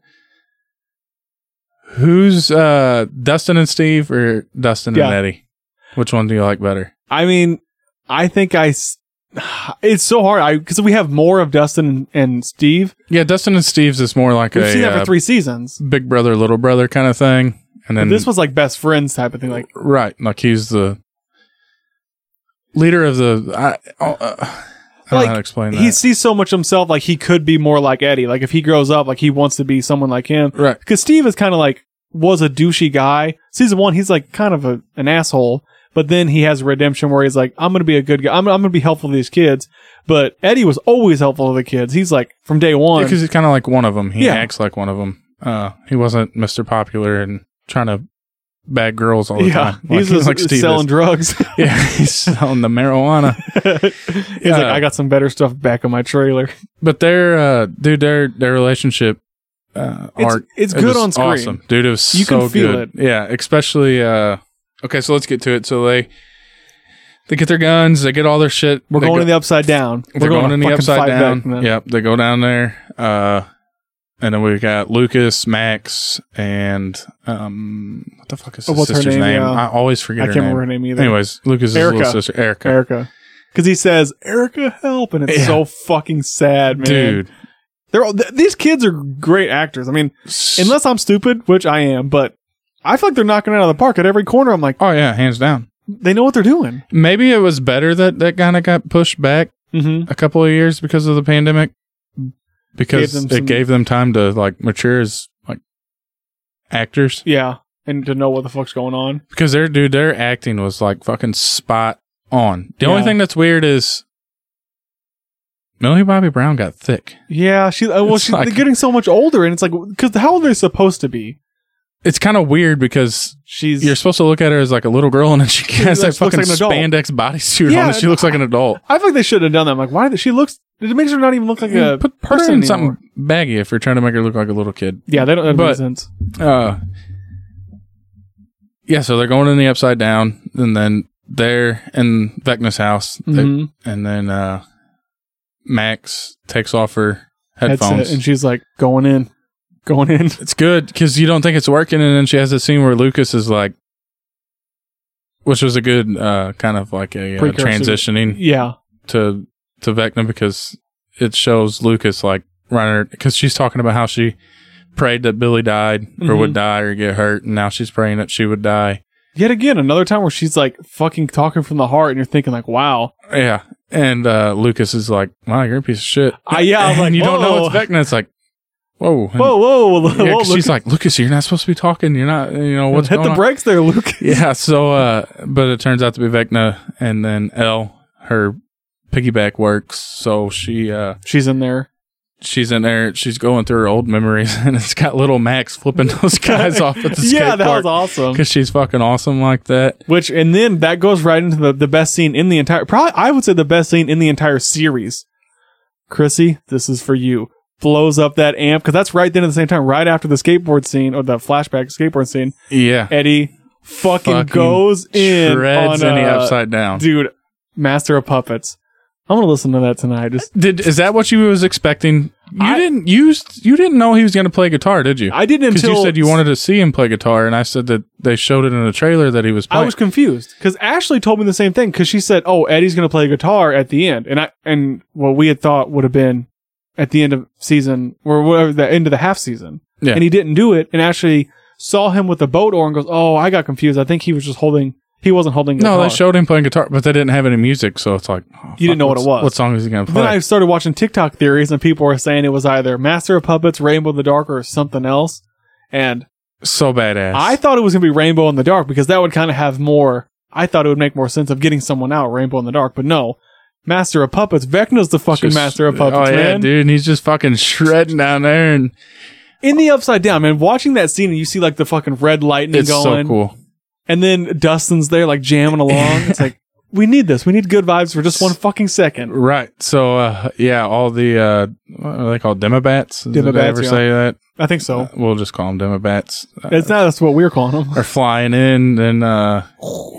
[SPEAKER 2] Who's uh Dustin and Steve or Dustin
[SPEAKER 1] Yeah.
[SPEAKER 2] and Eddie? Which one do you like better?
[SPEAKER 1] I mean, I think I. s- It's so hard. I because we have more of Dustin and, and Steve.
[SPEAKER 2] Yeah, Dustin and Steve's is more like
[SPEAKER 1] We've
[SPEAKER 2] a
[SPEAKER 1] seen that
[SPEAKER 2] uh,
[SPEAKER 1] for three seasons.
[SPEAKER 2] big brother little brother kind of thing,
[SPEAKER 1] But
[SPEAKER 2] and then
[SPEAKER 1] this was like best friends type of thing. Like
[SPEAKER 2] right, like he's the leader of the. I, uh, I don't know
[SPEAKER 1] Like,
[SPEAKER 2] how to explain that.
[SPEAKER 1] he sees so much himself. Like he could be more like Eddie. Like if he grows up, like he wants to be someone like him.
[SPEAKER 2] right.
[SPEAKER 1] Because Steve is kind of like was a douchey guy. Season one, he's like kind of a, an asshole. But then he has redemption where he's like, I'm gonna be a good guy. I'm, I'm gonna be helpful to these kids. But Eddie was always helpful to the kids. He's like from day one.
[SPEAKER 2] because he's kind of like one of them. He
[SPEAKER 1] Yeah.
[SPEAKER 2] acts like one of them. Uh, he wasn't Mr. Popular and trying to bad girls all the
[SPEAKER 1] yeah,
[SPEAKER 2] time.
[SPEAKER 1] he's just
[SPEAKER 2] like Steve
[SPEAKER 1] selling
[SPEAKER 2] is.
[SPEAKER 1] drugs.
[SPEAKER 2] Yeah, he's selling the marijuana.
[SPEAKER 1] he's like, I got some better stuff back in my trailer.
[SPEAKER 2] But their uh, dude, their their relationship uh,
[SPEAKER 1] It's,
[SPEAKER 2] arc
[SPEAKER 1] it's
[SPEAKER 2] it
[SPEAKER 1] good
[SPEAKER 2] was
[SPEAKER 1] on screen.
[SPEAKER 2] Awesome, dude. It was
[SPEAKER 1] You
[SPEAKER 2] so
[SPEAKER 1] can feel
[SPEAKER 2] good. Yeah, especially. Uh, okay, so let's get to it. So they they get their guns. They get all their shit.
[SPEAKER 1] We're
[SPEAKER 2] They
[SPEAKER 1] going
[SPEAKER 2] go-
[SPEAKER 1] in the upside down.
[SPEAKER 2] They're
[SPEAKER 1] We're
[SPEAKER 2] going,
[SPEAKER 1] to
[SPEAKER 2] in the
[SPEAKER 1] fucking
[SPEAKER 2] upside
[SPEAKER 1] fight
[SPEAKER 2] down.
[SPEAKER 1] back, man.
[SPEAKER 2] yep, they go down there. Uh, and then we got Lucas, Max, and um, what the fuck is
[SPEAKER 1] Oh,
[SPEAKER 2] his
[SPEAKER 1] what's her
[SPEAKER 2] sister's name?
[SPEAKER 1] name? Yeah.
[SPEAKER 2] I always forget
[SPEAKER 1] I
[SPEAKER 2] her
[SPEAKER 1] can't
[SPEAKER 2] name.
[SPEAKER 1] remember her name either.
[SPEAKER 2] Anyways, Lucas's little
[SPEAKER 1] Erica.
[SPEAKER 2] sister, Erica.
[SPEAKER 1] Erica. Because he says, Erica, help. And it's
[SPEAKER 2] Yeah.
[SPEAKER 1] so fucking sad, man.
[SPEAKER 2] Dude,
[SPEAKER 1] They're all, th- these kids are great actors. I mean, unless I'm stupid, which I am, but I feel like they're knocking it out of the park at every corner. I'm like,
[SPEAKER 2] oh yeah, hands down.
[SPEAKER 1] they know what they're doing.
[SPEAKER 2] Maybe it was better that that kind of got pushed back
[SPEAKER 1] Mm-hmm.
[SPEAKER 2] a couple of years because of the pandemic, because
[SPEAKER 1] Gave them
[SPEAKER 2] it
[SPEAKER 1] some-
[SPEAKER 2] gave them time to like mature as like actors.
[SPEAKER 1] Yeah. And to know what the fuck's going on.
[SPEAKER 2] Because their dude, their acting was like fucking spot on. The only
[SPEAKER 1] Yeah.
[SPEAKER 2] thing that's weird is Millie Bobby Brown got thick.
[SPEAKER 1] Yeah. She, uh, well,
[SPEAKER 2] It's
[SPEAKER 1] she's
[SPEAKER 2] like-
[SPEAKER 1] they're getting so much older. And it's like, because how old are they supposed to be?
[SPEAKER 2] It's kind of weird because
[SPEAKER 1] She's,
[SPEAKER 2] you're supposed to look at her as like a little girl, and then she has that
[SPEAKER 1] looks- looks like
[SPEAKER 2] fucking
[SPEAKER 1] an adult.
[SPEAKER 2] spandex bodysuit
[SPEAKER 1] Yeah,
[SPEAKER 2] on, and she looks like an adult.
[SPEAKER 1] I feel like they should have done that. I'm like, why did she looks, it makes her not even look like a
[SPEAKER 2] Mm, Put her
[SPEAKER 1] person
[SPEAKER 2] in
[SPEAKER 1] anymore.
[SPEAKER 2] something baggy if you're trying to make her look like a little kid.
[SPEAKER 1] Yeah. They don't, that
[SPEAKER 2] But-
[SPEAKER 1] makes sense.
[SPEAKER 2] Uh, yeah, so they're going in the upside down, and then they're in Vecna's house, They-
[SPEAKER 1] Mhm.
[SPEAKER 2] and then uh, Max takes off her
[SPEAKER 1] headset,
[SPEAKER 2] headphones.
[SPEAKER 1] and she's like going in, going in.
[SPEAKER 2] It's good because you don't think it's working, and then she has a scene where Lucas is like, which was a good uh, kind of like a uh,
[SPEAKER 1] Precursor.
[SPEAKER 2] transitioning
[SPEAKER 1] Yeah,
[SPEAKER 2] to to Vecna because it shows Lucas like running because she's talking about how she prayed that Billy died or would
[SPEAKER 1] Mhm.
[SPEAKER 2] die or get hurt, and now she's praying that she would die.
[SPEAKER 1] yet again another time where she's like fucking talking from the heart, and you're thinking like, wow,
[SPEAKER 2] Yeah, and uh, Lucas is like, "Wow, you're a piece of shit."
[SPEAKER 1] I Uh, yeah, I'm
[SPEAKER 2] And
[SPEAKER 1] like
[SPEAKER 2] you don't know
[SPEAKER 1] whoa.
[SPEAKER 2] it's Vecna. It's like, whoa, and,
[SPEAKER 1] Whoa, whoa, whoa!
[SPEAKER 2] yeah,
[SPEAKER 1] whoa
[SPEAKER 2] 'cause she's like, Lucas, you're not supposed to be talking. You're not, you know, what's
[SPEAKER 1] hit
[SPEAKER 2] going
[SPEAKER 1] the
[SPEAKER 2] on?
[SPEAKER 1] brakes there, Luke.
[SPEAKER 2] Yeah, so uh but it turns out to be Vecna and then L, her piggyback works, so she uh
[SPEAKER 1] She's in there.
[SPEAKER 2] she's in there, she's going through her old memories and it's got little Max flipping those guys off at the skate
[SPEAKER 1] yeah, that
[SPEAKER 2] park
[SPEAKER 1] was awesome.
[SPEAKER 2] Cause she's fucking awesome like that.
[SPEAKER 1] Which and then that goes right into the, the best scene in the entire. Probably I would say the best scene in the entire series. Chrissy, this is for you. Blows up that amp because that's right then at the same time, right after the skateboard scene or the flashback skateboard scene.
[SPEAKER 2] Yeah.
[SPEAKER 1] Eddie fucking,
[SPEAKER 2] Fucking
[SPEAKER 1] goes in
[SPEAKER 2] Shreds
[SPEAKER 1] on
[SPEAKER 2] any
[SPEAKER 1] uh,
[SPEAKER 2] upside down.
[SPEAKER 1] dude, Master of Puppets. I'm gonna listen to that tonight. Just
[SPEAKER 2] Did is that what you was expecting? You
[SPEAKER 1] I-
[SPEAKER 2] didn't you s- you didn't know he was gonna play guitar, did you?
[SPEAKER 1] I didn't
[SPEAKER 2] Because
[SPEAKER 1] until
[SPEAKER 2] you said you wanted to see him play guitar, and I said that they showed it in the trailer that he was
[SPEAKER 1] I
[SPEAKER 2] playing.
[SPEAKER 1] was confused because Ashley told me the same thing because she said, "Oh, Eddie's gonna play guitar at the end," and I and what we had thought would have been at the end of season or whatever the end of the half season,
[SPEAKER 2] Yeah.
[SPEAKER 1] and he didn't do it, and Ashley saw him with the boat oar and goes, "Oh, I got confused. I think he was just holding. He wasn't holding.
[SPEAKER 2] No,
[SPEAKER 1] guitar."
[SPEAKER 2] they showed him playing guitar, but they didn't have any music, so it's like oh,
[SPEAKER 1] You didn't know what it
[SPEAKER 2] what's-
[SPEAKER 1] was.
[SPEAKER 2] What song is he going to play?
[SPEAKER 1] Then I started watching TikTok theories, and people were saying it was either Master of Puppets, Rainbow in the Dark, or something else. And
[SPEAKER 2] so badass.
[SPEAKER 1] I thought it was going to be Rainbow in the Dark because that would kind of have more. I thought it would make more sense of getting someone out, Rainbow in the Dark, but no. Master of Puppets. Vecna's the fucking
[SPEAKER 2] Just-
[SPEAKER 1] Master of Puppets,
[SPEAKER 2] Oh yeah,
[SPEAKER 1] man.
[SPEAKER 2] dude, and he's just fucking shredding down there, and
[SPEAKER 1] In the Upside Down, man. Watching that scene, and you see like the fucking red lightning
[SPEAKER 2] it's
[SPEAKER 1] going,
[SPEAKER 2] so cool.
[SPEAKER 1] and then Dustin's there like jamming along. it's like we need this. We need good vibes for just one fucking second.
[SPEAKER 2] Right. So uh, yeah, all the uh, what are they called demobats? Did they
[SPEAKER 1] Demobats,
[SPEAKER 2] ever
[SPEAKER 1] yeah.
[SPEAKER 2] say that?
[SPEAKER 1] I think so.
[SPEAKER 2] We'll just call them demobats. Uh,
[SPEAKER 1] It's not. That's what we're calling them.
[SPEAKER 2] are flying in, and uh,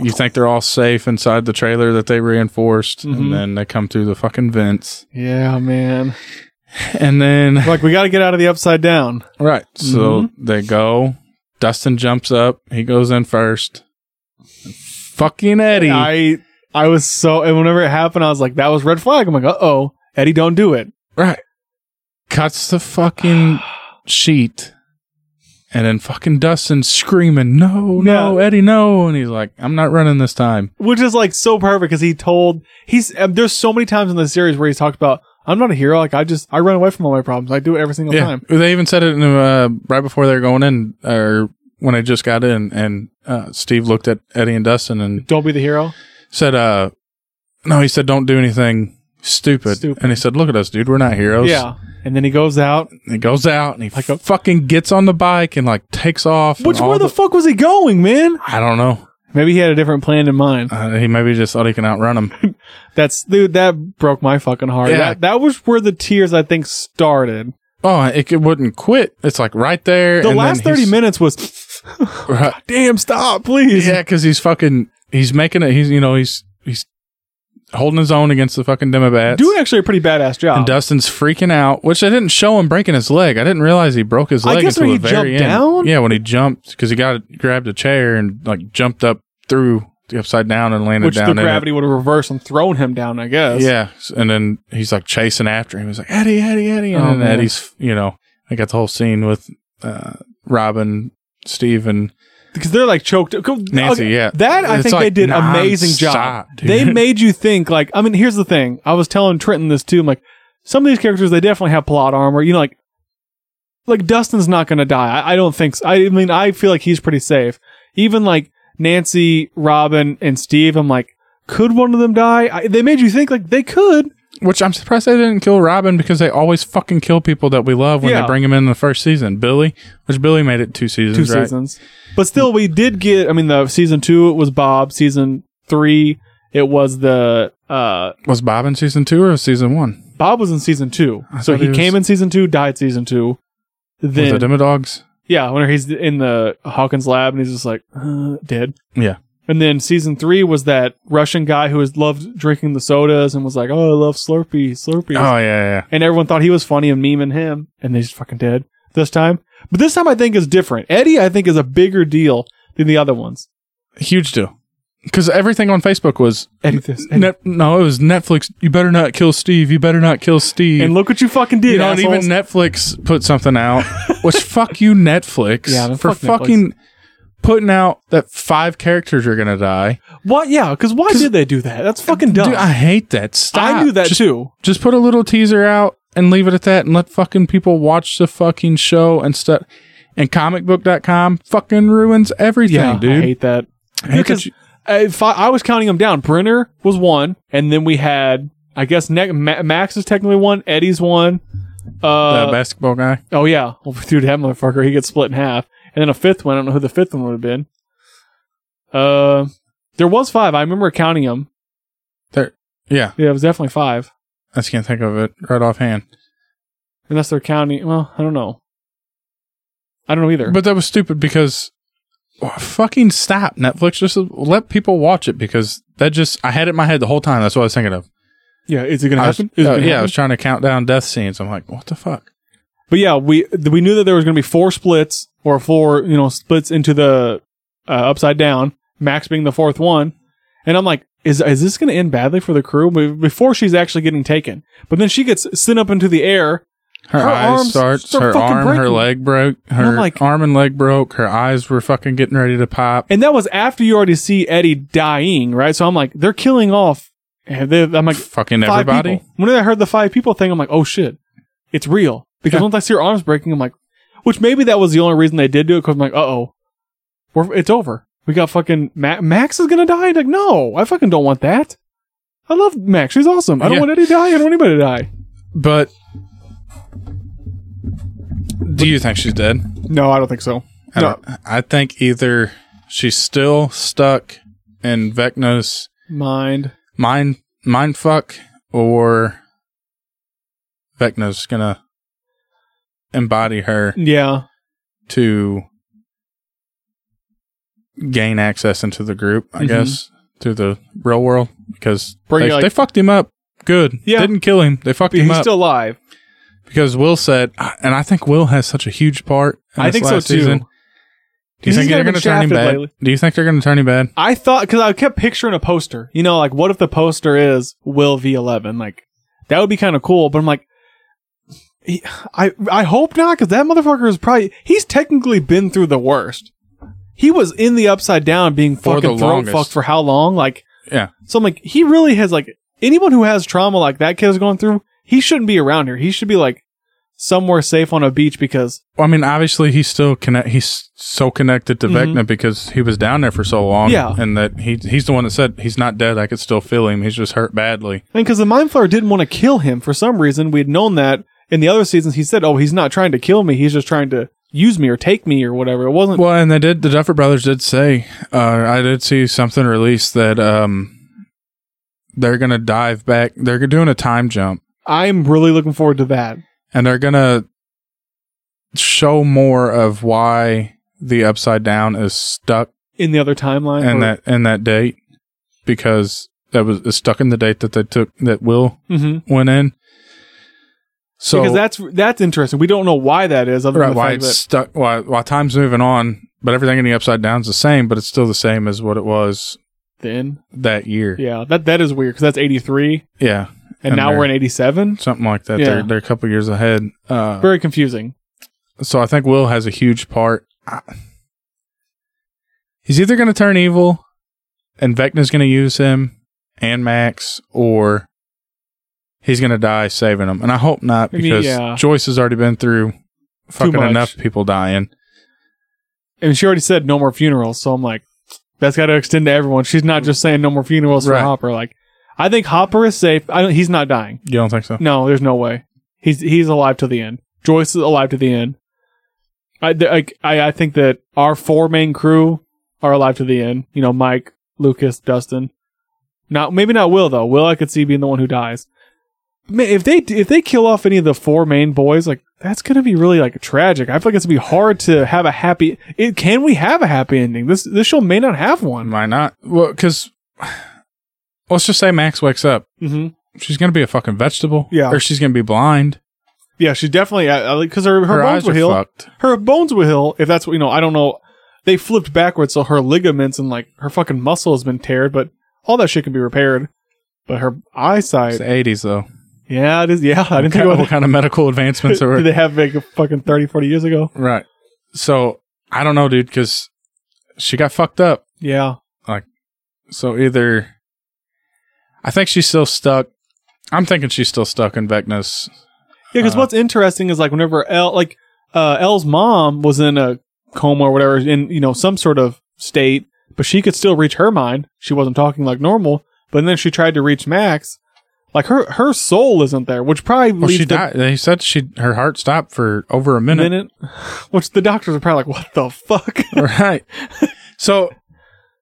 [SPEAKER 2] you think they're all safe inside the trailer that they reinforced,
[SPEAKER 1] Mhm.
[SPEAKER 2] and then they come through the fucking vents,
[SPEAKER 1] Yeah, man.
[SPEAKER 2] and then
[SPEAKER 1] Like we got to get out of the Upside Down.
[SPEAKER 2] Right. So they go. Dustin jumps up. He goes in first. Fucking Eddie.
[SPEAKER 1] I I was so and whenever it happened, I was like, that was red flag. I'm like, uh oh, Eddie, don't do it.
[SPEAKER 2] right. Cuts the fucking sheet. And then fucking Dustin screaming, no, no, Eddie, no. And he's like, I'm not running this time.
[SPEAKER 1] Which is like so perfect because he told he's uh, there's so many times in the series where he's talked about I'm not a hero. Like I just I run away from all my problems. I do it every single
[SPEAKER 2] yeah.
[SPEAKER 1] time.
[SPEAKER 2] They even said it in, uh, right before they were going in, or when I just got in. And uh, Steve looked at Eddie and Dustin and
[SPEAKER 1] Don't be the hero.
[SPEAKER 2] said, uh, no, he said, don't do anything stupid.
[SPEAKER 1] Stupid.
[SPEAKER 2] And he said, look at us, dude. We're not heroes.
[SPEAKER 1] yeah, and then he goes out.
[SPEAKER 2] And he goes out and he
[SPEAKER 1] Like a-
[SPEAKER 2] fucking gets on the bike and like takes off.
[SPEAKER 1] Which
[SPEAKER 2] and all
[SPEAKER 1] where the, fuck was he going, man?
[SPEAKER 2] I don't know.
[SPEAKER 1] Maybe he had a different plan in mind.
[SPEAKER 2] Uh, he maybe just thought he can outrun him.
[SPEAKER 1] That's dude, that broke my fucking heart.
[SPEAKER 2] Yeah.
[SPEAKER 1] That, that was where the tears I think started.
[SPEAKER 2] Oh, it, it wouldn't quit. It's like right there.
[SPEAKER 1] The
[SPEAKER 2] and
[SPEAKER 1] last
[SPEAKER 2] then
[SPEAKER 1] thirty
[SPEAKER 2] he's-
[SPEAKER 1] minutes was
[SPEAKER 2] Right,
[SPEAKER 1] damn stop, please.
[SPEAKER 2] yeah, because he's fucking. He's making it. He's you know he's he's holding his own against the fucking Demobats.
[SPEAKER 1] Doing actually a pretty badass
[SPEAKER 2] And
[SPEAKER 1] job.
[SPEAKER 2] Dustin's freaking out, which I didn't show him breaking his leg. I didn't realize he broke his
[SPEAKER 1] I
[SPEAKER 2] leg
[SPEAKER 1] guess
[SPEAKER 2] until
[SPEAKER 1] when
[SPEAKER 2] the
[SPEAKER 1] he
[SPEAKER 2] very
[SPEAKER 1] jumped
[SPEAKER 2] end.
[SPEAKER 1] down?
[SPEAKER 2] Yeah, when he jumped because he got grabbed a chair and like jumped up through upside down and landed
[SPEAKER 1] which
[SPEAKER 2] down.
[SPEAKER 1] the
[SPEAKER 2] in it.
[SPEAKER 1] gravity would have reversed and thrown him down, I guess.
[SPEAKER 2] Yeah, and then he's like chasing after him. He's like Eddie, Eddie, Eddie, and
[SPEAKER 1] Oh,
[SPEAKER 2] then
[SPEAKER 1] man.
[SPEAKER 2] Eddie's you know I got the whole scene with uh, Robin, Steve, and
[SPEAKER 1] Because they're like choked. go-
[SPEAKER 2] Nancy.
[SPEAKER 1] okay.
[SPEAKER 2] Yeah,
[SPEAKER 1] That I
[SPEAKER 2] It's
[SPEAKER 1] think
[SPEAKER 2] like
[SPEAKER 1] they did amazing job.
[SPEAKER 2] nonstop, dude.
[SPEAKER 1] They made you think like I mean, here's the thing. I was telling Trenton this too. I'm like, some of these characters they definitely have plot armor. You know, like like Dustin's not gonna die. I, I don't think so. I mean, I feel like he's pretty safe. Even like Nancy, Robin, and Steve, I'm like, could one of them die? I, they made you think like they could.
[SPEAKER 2] which I'm surprised they didn't kill Robin because they always fucking kill people that we love when
[SPEAKER 1] Yeah.
[SPEAKER 2] they bring him in the first season. Billy, which Billy made it two seasons.
[SPEAKER 1] Two
[SPEAKER 2] right?
[SPEAKER 1] seasons. But still we did get I mean the season two it was Bob, season three it was the uh
[SPEAKER 2] Was Bob in season two or season one?
[SPEAKER 1] Bob was in season two,
[SPEAKER 2] I
[SPEAKER 1] so
[SPEAKER 2] thought
[SPEAKER 1] he,
[SPEAKER 2] he was-
[SPEAKER 1] came in season two, died season two.
[SPEAKER 2] Was it
[SPEAKER 1] Then
[SPEAKER 2] Demodogs?
[SPEAKER 1] yeah, whenever he's in the Hawkins lab and he's just like uh, dead.
[SPEAKER 2] Yeah.
[SPEAKER 1] And then season three was that Russian guy who has loved drinking the sodas and was like, "Oh, I love Slurpee, Slurpee,"
[SPEAKER 2] Oh yeah, yeah.
[SPEAKER 1] and everyone thought he was funny and memeing him, and they just fucking dead this time. But this time, I think is different. Eddie, I think, is a bigger deal than the other ones.
[SPEAKER 2] yeah. Huge deal. Because everything on Facebook was
[SPEAKER 1] Eddie, this, Eddie.
[SPEAKER 2] Net- no, it was Netflix. You better not kill Steve. You better not kill Steve.
[SPEAKER 1] and look what you fucking did,
[SPEAKER 2] you know, and
[SPEAKER 1] assholes.
[SPEAKER 2] even Netflix put something out, which fuck you, Netflix,
[SPEAKER 1] Yeah,
[SPEAKER 2] for
[SPEAKER 1] fuck Netflix.
[SPEAKER 2] fucking putting out that five characters are gonna die.
[SPEAKER 1] what? Yeah, because why did they do that? That's fucking dumb.
[SPEAKER 2] Dude, I hate that. Stop.
[SPEAKER 1] I knew that
[SPEAKER 2] Just,
[SPEAKER 1] too.
[SPEAKER 2] just put a little teaser out and leave it at that, and let fucking people watch the fucking show and stuff. And comicbook.com fucking ruins everything,
[SPEAKER 1] I
[SPEAKER 2] dude.
[SPEAKER 1] hate that.
[SPEAKER 2] I hate that
[SPEAKER 1] because-
[SPEAKER 2] you-
[SPEAKER 1] If I, I was counting them down. Brenner was one, and then we had, I guess, ne- Ma- Max is technically one. Eddie's one.
[SPEAKER 2] the
[SPEAKER 1] Uh,
[SPEAKER 2] basketball guy.
[SPEAKER 1] oh yeah, well, dude, that motherfucker, he gets split in half, and then a fifth one. I don't know who the fifth one would have been. Uh, there was five. I remember counting them.
[SPEAKER 2] Yeah,
[SPEAKER 1] Yeah, it was definitely five,
[SPEAKER 2] I just can't think of it right offhand.
[SPEAKER 1] unless they're counting. Well, I don't know. I don't know either.
[SPEAKER 2] But that was stupid because oh, fucking stop Netflix. Just let people watch it because that just I had it in my head the whole time. That's what I was thinking of.
[SPEAKER 1] yeah, is it gonna
[SPEAKER 2] I was-
[SPEAKER 1] happen? Is it
[SPEAKER 2] uh,
[SPEAKER 1] gonna
[SPEAKER 2] yeah, I
[SPEAKER 1] happen?
[SPEAKER 2] was trying to count down death scenes. I'm like, what the fuck?
[SPEAKER 1] But yeah, we th- we knew that there was going to be four splits or four, you know, splits into the uh, upside down. Max being the fourth one, and I'm like, is is this going to end badly for the crew Be- before she's actually getting taken? But then she gets sent up into the air.
[SPEAKER 2] Her,
[SPEAKER 1] Her
[SPEAKER 2] eyes
[SPEAKER 1] arms
[SPEAKER 2] starts,
[SPEAKER 1] start
[SPEAKER 2] her
[SPEAKER 1] fucking
[SPEAKER 2] arm, her
[SPEAKER 1] breaking.
[SPEAKER 2] leg broke, her
[SPEAKER 1] I'm like-
[SPEAKER 2] arm and leg broke. Her eyes were fucking getting ready to pop.
[SPEAKER 1] And that was after you already see Eddie dying, right? So I'm like, they're killing off. And they, I'm like,
[SPEAKER 2] fucking
[SPEAKER 1] five
[SPEAKER 2] everybody.
[SPEAKER 1] people. When I heard the five people thing, I'm like, oh shit, it's real. Because
[SPEAKER 2] Yeah.
[SPEAKER 1] once I see her arms breaking, I'm like, which maybe that was the only reason they did do it. Because I'm like, uh oh, we're it's over. We got fucking Ma- Max is gonna die. Like, no, I fucking don't want that. I love Max. She's awesome. I don't
[SPEAKER 2] Yeah.
[SPEAKER 1] want Eddie to die. I don't want anybody to die.
[SPEAKER 2] But do you think she's dead?
[SPEAKER 1] No, I don't think so.
[SPEAKER 2] I,
[SPEAKER 1] No.
[SPEAKER 2] don't- I think either she's still stuck in Vecna's
[SPEAKER 1] Mind.
[SPEAKER 2] mind mind fuck or Vecna's gonna embody her
[SPEAKER 1] Yeah.
[SPEAKER 2] to gain access into the group, I
[SPEAKER 1] Mhm.
[SPEAKER 2] guess, through the real world because
[SPEAKER 1] Bring
[SPEAKER 2] they,
[SPEAKER 1] it, like-
[SPEAKER 2] they fucked him up. Good.
[SPEAKER 1] Yeah.
[SPEAKER 2] Didn't kill him. They fucked
[SPEAKER 1] But
[SPEAKER 2] him
[SPEAKER 1] he's
[SPEAKER 2] up
[SPEAKER 1] still alive.
[SPEAKER 2] because Will said, and I think Will has such a huge part. In
[SPEAKER 1] I
[SPEAKER 2] this
[SPEAKER 1] think so
[SPEAKER 2] last
[SPEAKER 1] too.
[SPEAKER 2] Season. Do you
[SPEAKER 1] He's
[SPEAKER 2] think they're
[SPEAKER 1] kinda
[SPEAKER 2] going to
[SPEAKER 1] been
[SPEAKER 2] turn him
[SPEAKER 1] shafted
[SPEAKER 2] bad?
[SPEAKER 1] lately.
[SPEAKER 2] Do you think they're going to turn him bad?
[SPEAKER 1] I thought because I kept picturing a poster. You know, like what if the poster is Will V11? Like that would be kind of cool. But I'm like, he- I I hope not because that motherfucker is probably he's technically been through the worst. He was in the upside down being
[SPEAKER 2] For the
[SPEAKER 1] fucking throat
[SPEAKER 2] longest.
[SPEAKER 1] fucked for how long? Like
[SPEAKER 2] Yeah.
[SPEAKER 1] So I'm like, he really has like anyone who has trauma like that kid has gone through. He shouldn't be around here. He should be like somewhere safe on a beach because
[SPEAKER 2] Well, I mean, obviously he's still connect. He's so connected to
[SPEAKER 1] Mhm.
[SPEAKER 2] Vecna because he was down there for so long.
[SPEAKER 1] Yeah.
[SPEAKER 2] and that he he's the one that said he's not dead. I could still feel him. He's just hurt badly.
[SPEAKER 1] And because the Mind Flayer didn't want to kill him for some reason, we had known that, in the other seasons, he said, "Oh, he's not trying to kill me. He's just trying to use me or take me or whatever." It wasn't.
[SPEAKER 2] Well, and they did. The Duffer Brothers did say. Uh, I did see something released that um, they're gonna dive back. They're doing a time jump,
[SPEAKER 1] I'm really looking forward to that.
[SPEAKER 2] and they're gonna show more of why the Upside Down is stuck
[SPEAKER 1] in the other timeline.
[SPEAKER 2] in
[SPEAKER 1] or-
[SPEAKER 2] that in that date because that was it's stuck in the date that they took that Will
[SPEAKER 1] Mhm.
[SPEAKER 2] went in. So
[SPEAKER 1] because that's that's interesting. We don't know why that is, other
[SPEAKER 2] right,
[SPEAKER 1] than the
[SPEAKER 2] why
[SPEAKER 1] fact
[SPEAKER 2] it's
[SPEAKER 1] that
[SPEAKER 2] stuck why why time's moving on, but everything in the Upside Down's the same, but it's still the same as what it was
[SPEAKER 1] then
[SPEAKER 2] that year.
[SPEAKER 1] yeah, that that is weird because that's eighty three,
[SPEAKER 2] Yeah.
[SPEAKER 1] and,
[SPEAKER 2] And
[SPEAKER 1] now
[SPEAKER 2] they're-
[SPEAKER 1] we're in eighty seven.
[SPEAKER 2] something like that.
[SPEAKER 1] Yeah.
[SPEAKER 2] They're they're a couple years ahead. Uh,
[SPEAKER 1] Very confusing.
[SPEAKER 2] so I think Will has a huge part. I- He's either going to turn evil, and Vecna's going to use him and Max, or he's going to die saving him. And I hope not
[SPEAKER 1] I mean,
[SPEAKER 2] because
[SPEAKER 1] yeah.
[SPEAKER 2] Joyce has already been through fucking
[SPEAKER 1] much.
[SPEAKER 2] enough people dying.
[SPEAKER 1] And she already said no more funerals, so I'm like, that's got to extend to everyone. She's not just saying no more funerals
[SPEAKER 2] Right.
[SPEAKER 1] for Hopper. Like, I think Hopper is safe. I don't, he's not dying.
[SPEAKER 2] You don't think so?
[SPEAKER 1] No, there's no way. He's he's alive to the end. Joyce is alive to the end. I th- like I I think that our four main crew are alive to the end. You know, Mike, Lucas, Dustin. Not maybe not Will though. Will I could see being the one who dies. Man, if they if they kill off any of the four main boys, like that's gonna be really like tragic. I feel like it's gonna be hard to have a happy. It can we have a happy ending? This this show may not have one.
[SPEAKER 2] Might not. Well, because let's just say Max wakes up.
[SPEAKER 1] Mm-hmm.
[SPEAKER 2] She's going to be a fucking vegetable.
[SPEAKER 1] Yeah.
[SPEAKER 2] Or she's going to be blind.
[SPEAKER 1] Yeah, she definitely because her her,
[SPEAKER 2] Her,
[SPEAKER 1] bones
[SPEAKER 2] eyes
[SPEAKER 1] were
[SPEAKER 2] are
[SPEAKER 1] healed.
[SPEAKER 2] fucked.
[SPEAKER 1] her bones will heal if that's what you know i don't know they flipped backwards so her ligaments and like her fucking muscle has been teared but all that shit can be repaired but her
[SPEAKER 2] It's
[SPEAKER 1] eyesight
[SPEAKER 2] the 80s, though.
[SPEAKER 1] yeah it is yeah i didn't
[SPEAKER 2] what,
[SPEAKER 1] think
[SPEAKER 2] kind,
[SPEAKER 1] about
[SPEAKER 2] what kind of medical advancements
[SPEAKER 1] that
[SPEAKER 2] are
[SPEAKER 1] did they have like fucking 30 40 years ago
[SPEAKER 2] right? So I don't know, dude, because she got fucked up.
[SPEAKER 1] yeah
[SPEAKER 2] So either I think she's still stuck. I'm thinking she's still stuck in Vecna's.
[SPEAKER 1] yeah because
[SPEAKER 2] Uh,
[SPEAKER 1] what's interesting is like whenever l like uh l's mom was in a coma or whatever in you know some sort of state but she could still reach her mind she wasn't talking like normal but then she tried to reach max like her her soul isn't there which probably
[SPEAKER 2] Well, she
[SPEAKER 1] leads to
[SPEAKER 2] died. They said she her heart stopped for over a minute.
[SPEAKER 1] minute. Which the doctors are probably like, what the fuck?
[SPEAKER 2] right. So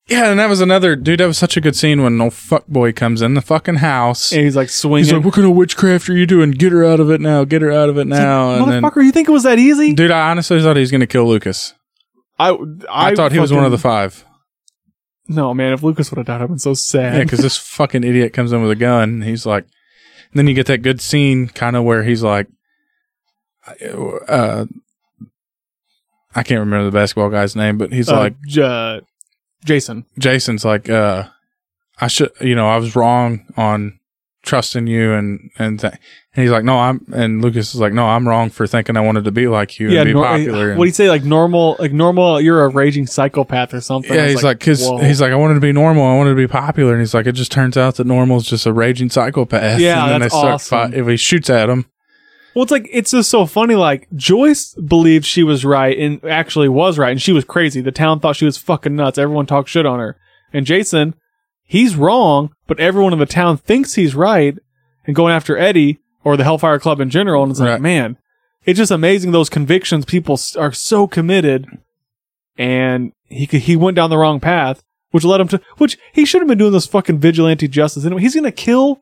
[SPEAKER 2] yeah, and that was another dude. That was such a good scene when no fuck boy comes in the fucking house.
[SPEAKER 1] And he's like
[SPEAKER 2] He's
[SPEAKER 1] swinging.
[SPEAKER 2] like, "What kind of witchcraft are you doing? Get her out of it now! Get her out of it now!" and then,
[SPEAKER 1] Motherfucker, you think it was that easy?
[SPEAKER 2] dude, I honestly thought he was going to kill Lucas.
[SPEAKER 1] I, I,
[SPEAKER 2] I, thought he was one of the
[SPEAKER 1] fucking-
[SPEAKER 2] five.
[SPEAKER 1] no, man, if Lucas would have died, I'd been so
[SPEAKER 2] Yeah,
[SPEAKER 1] sad.
[SPEAKER 2] because this fucking idiot comes in with a gun. And he's like, and then you get that good scene kind of where he's like, uh, I can't remember the basketball guy's name, but he's
[SPEAKER 1] Uh,
[SPEAKER 2] like,
[SPEAKER 1] J- Jason.
[SPEAKER 2] Jason's like, uh, I should, you know, I was wrong on trusting you and, and, th- and he's like, no, I'm, and Lucas is like, no, I'm wrong for thinking I wanted to be like you and be
[SPEAKER 1] nor-
[SPEAKER 2] popular. And,
[SPEAKER 1] What do you say? Like normal, like normal, you're a raging psychopath or something.
[SPEAKER 2] yeah,
[SPEAKER 1] It's
[SPEAKER 2] he's like, cause
[SPEAKER 1] whoa.
[SPEAKER 2] he's like, I wanted to be normal. I wanted to be popular. And he's like, it just turns out that normal is just a raging psychopath.
[SPEAKER 1] Yeah,
[SPEAKER 2] and
[SPEAKER 1] that's awesome.
[SPEAKER 2] If he shoots at him,
[SPEAKER 1] well, it's like, it's just so funny. Like, Joyce believed she was right and actually was right, and she was crazy. The town thought she was fucking nuts. Everyone talked shit on her. And Jason, he's wrong, but everyone in the town thinks he's right and going after Eddie or the Hellfire Club in general. And it's like,
[SPEAKER 2] Right.
[SPEAKER 1] man, it's just amazing those convictions. People s- are so committed, and he c- he went down the wrong path, which led him to which he should have been doing this fucking vigilante justice. Anyway, he's gonna kill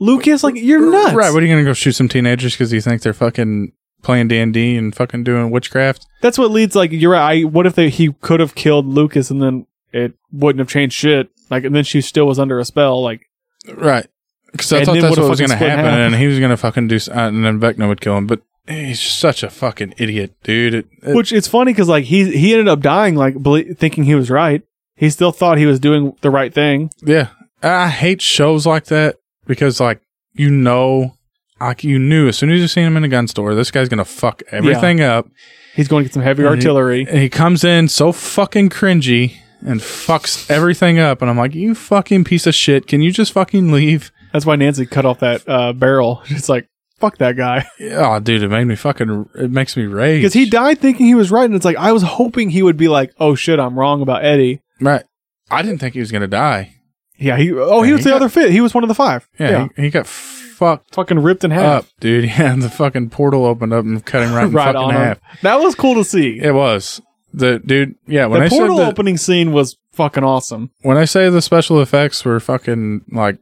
[SPEAKER 1] Lucas. Like you're nuts,
[SPEAKER 2] right? What are you gonna go shoot some teenagers because you think they're fucking playing D and D and fucking doing witchcraft?
[SPEAKER 1] That's what leads. Like you're right. I, what if they, he could have killed Lucas and then it wouldn't have changed shit. Like and then she still was under a spell. Like
[SPEAKER 2] Right? Because I
[SPEAKER 1] And
[SPEAKER 2] thought
[SPEAKER 1] then
[SPEAKER 2] that's
[SPEAKER 1] would've
[SPEAKER 2] what was
[SPEAKER 1] fucking
[SPEAKER 2] gonna
[SPEAKER 1] split in
[SPEAKER 2] happen,
[SPEAKER 1] half.
[SPEAKER 2] and he was gonna fucking do, s- uh, and then Vecna would kill him. But he's just such a fucking idiot, dude. It, it-
[SPEAKER 1] Which it's funny because like he he ended up dying like belie- thinking he was right. He still thought he was doing the right thing.
[SPEAKER 2] Yeah. I hate shows like that because like you know like you knew as soon as you seen him in a gun store, this guy's gonna fuck everything up.
[SPEAKER 1] He's going to get some heavy
[SPEAKER 2] Mhm.
[SPEAKER 1] artillery.
[SPEAKER 2] And he comes in so fucking cringy and fucks everything up and I'm like, You fucking piece of shit, can you just fucking leave?
[SPEAKER 1] That's why Nancy cut off that uh, barrel. It's like fuck that guy
[SPEAKER 2] Oh dude, it made me fucking it makes me rage.
[SPEAKER 1] because he died thinking he was right, and it's like I was hoping he would be like, oh shit, I'm wrong about Eddie.
[SPEAKER 2] Right. I didn't think he was gonna die.
[SPEAKER 1] Yeah, he oh he
[SPEAKER 2] Yeah,
[SPEAKER 1] was the
[SPEAKER 2] he got-
[SPEAKER 1] other fit. He was one of the five.
[SPEAKER 2] Yeah, He, he got f- fucked
[SPEAKER 1] Fucking ripped in half.
[SPEAKER 2] up, dude. Yeah, the fucking portal opened up and cut him right in
[SPEAKER 1] right
[SPEAKER 2] fucking
[SPEAKER 1] on him.
[SPEAKER 2] half.
[SPEAKER 1] That was cool to see.
[SPEAKER 2] It was the dude. Yeah, when
[SPEAKER 1] the
[SPEAKER 2] I said
[SPEAKER 1] portal
[SPEAKER 2] that,
[SPEAKER 1] opening scene was fucking awesome.
[SPEAKER 2] when I say the special effects were fucking like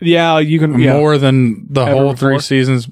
[SPEAKER 1] Yeah, you can. Yeah,
[SPEAKER 2] more than the
[SPEAKER 1] Ever
[SPEAKER 2] whole three
[SPEAKER 1] before.
[SPEAKER 2] seasons.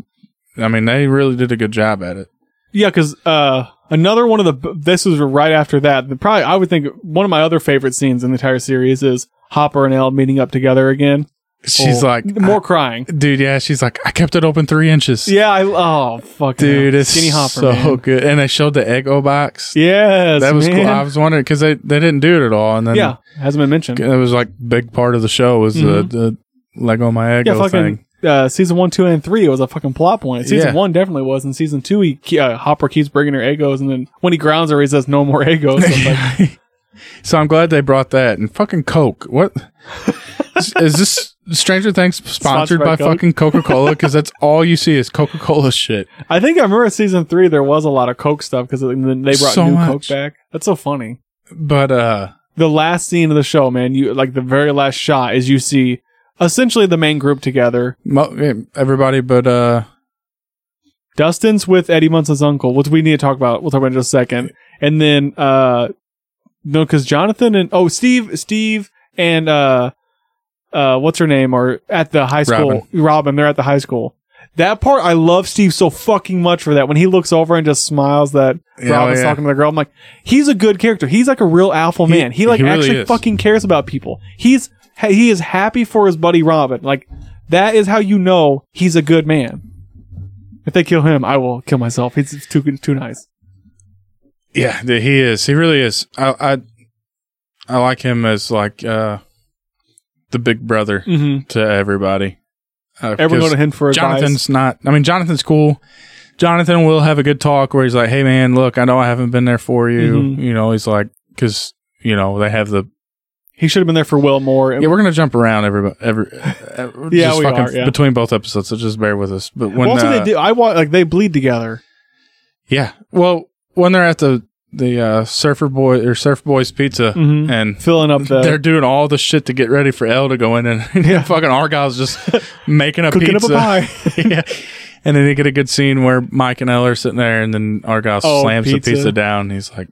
[SPEAKER 2] I mean, they really did a good job at it.
[SPEAKER 1] yeah, because uh, another one of the this is right after that. The, probably I would think one of my other favorite scenes in the entire series is Hopper and Elle meeting up together again.
[SPEAKER 2] She's
[SPEAKER 1] Or-
[SPEAKER 2] like,
[SPEAKER 1] more crying.
[SPEAKER 2] dude, yeah. She's like, I kept it open three inches.
[SPEAKER 1] Yeah, I, oh fuck,
[SPEAKER 2] dude,
[SPEAKER 1] yeah.
[SPEAKER 2] it's so
[SPEAKER 1] man.
[SPEAKER 2] good. And they showed the Eggo box.
[SPEAKER 1] Yes,
[SPEAKER 2] that was cool. I
[SPEAKER 1] man.
[SPEAKER 2] was wondering because they they didn't do it at all, and then
[SPEAKER 1] yeah, hasn't been mentioned.
[SPEAKER 2] it was like big part of the show was
[SPEAKER 1] Mhm.
[SPEAKER 2] the, the Lego My Eggo
[SPEAKER 1] yeah, fucking.
[SPEAKER 2] thing.
[SPEAKER 1] Uh, season one, two, and three, it was a fucking plot point. Season
[SPEAKER 2] Yeah.
[SPEAKER 1] one definitely was, and season two, he ke- uh, Hopper keeps bringing her egos, and then when he grounds her, he says no more egos. So it's like,
[SPEAKER 2] so I'm glad they brought that and fucking Coke. What is, is this? Stranger Things sponsored,
[SPEAKER 1] Sponsored
[SPEAKER 2] by,
[SPEAKER 1] by Coke?
[SPEAKER 2] fucking Coca Cola because that's all you see is Coca Cola shit.
[SPEAKER 1] I think I remember season three there was a lot of Coke stuff because then they brought
[SPEAKER 2] So
[SPEAKER 1] new
[SPEAKER 2] much.
[SPEAKER 1] Coke back. That's so funny.
[SPEAKER 2] But uh,
[SPEAKER 1] The last scene of the show, man, you like the very last shot is you see essentially the main group together.
[SPEAKER 2] mo- everybody but uh,
[SPEAKER 1] Dustin's with Eddie Munson's uncle, which we need to talk about. We'll talk about in just a second. And then uh no, because Jonathan and oh Steve, Steve and uh uh what's her name are at the high school.
[SPEAKER 2] Robin.
[SPEAKER 1] Robin, they're at the high school. That part I love Steve so fucking much for that. When he looks over and just smiles that
[SPEAKER 2] Yeah, oh,
[SPEAKER 1] Robin's
[SPEAKER 2] yeah.
[SPEAKER 1] talking to the girl. I'm like, he's a good character. He's like a real alpha man. He like
[SPEAKER 2] he really
[SPEAKER 1] actually
[SPEAKER 2] is.
[SPEAKER 1] fucking cares about people. He's ha- he is happy for his buddy Robin. Like that is how you know he's a good man. If they kill him, I will kill myself. He's too too nice.
[SPEAKER 2] yeah, th- he is. He really is. I I, I like him as like uh, the big brother
[SPEAKER 1] Mm-hmm.
[SPEAKER 2] to everybody. Uh,
[SPEAKER 1] Everyone
[SPEAKER 2] because-
[SPEAKER 1] go to him for advice.
[SPEAKER 2] Jonathan's not. I mean, Jonathan's cool. Jonathan will have a good talk where he's like, "Hey, man, look, I know I haven't been there for you.
[SPEAKER 1] Mhm.
[SPEAKER 2] You know, he's like, because you know they have the
[SPEAKER 1] He should have been there for Will more.
[SPEAKER 2] yeah. We're gonna jump around every every. every
[SPEAKER 1] Yeah,
[SPEAKER 2] just
[SPEAKER 1] we
[SPEAKER 2] fucking
[SPEAKER 1] are, yeah.
[SPEAKER 2] between both episodes, so just bear with us. But when
[SPEAKER 1] well, also
[SPEAKER 2] uh,
[SPEAKER 1] they do. I want like they bleed together.
[SPEAKER 2] yeah, well, when they're at the the uh, surfer boy or surf boys pizza
[SPEAKER 1] Mhm.
[SPEAKER 2] and.
[SPEAKER 1] Filling up
[SPEAKER 2] Mm-hmm. They're
[SPEAKER 1] the
[SPEAKER 2] doing all the shit to get ready for L to go in, and,
[SPEAKER 1] Yeah.
[SPEAKER 2] fucking Argyle's just making a
[SPEAKER 1] cooking
[SPEAKER 2] pizza.
[SPEAKER 1] up a pie.
[SPEAKER 2] yeah. And then they get a good scene where Mike and Elle are sitting there, and then Argyle
[SPEAKER 1] Oh,
[SPEAKER 2] slams
[SPEAKER 1] pizza.
[SPEAKER 2] the pizza down. And he's like,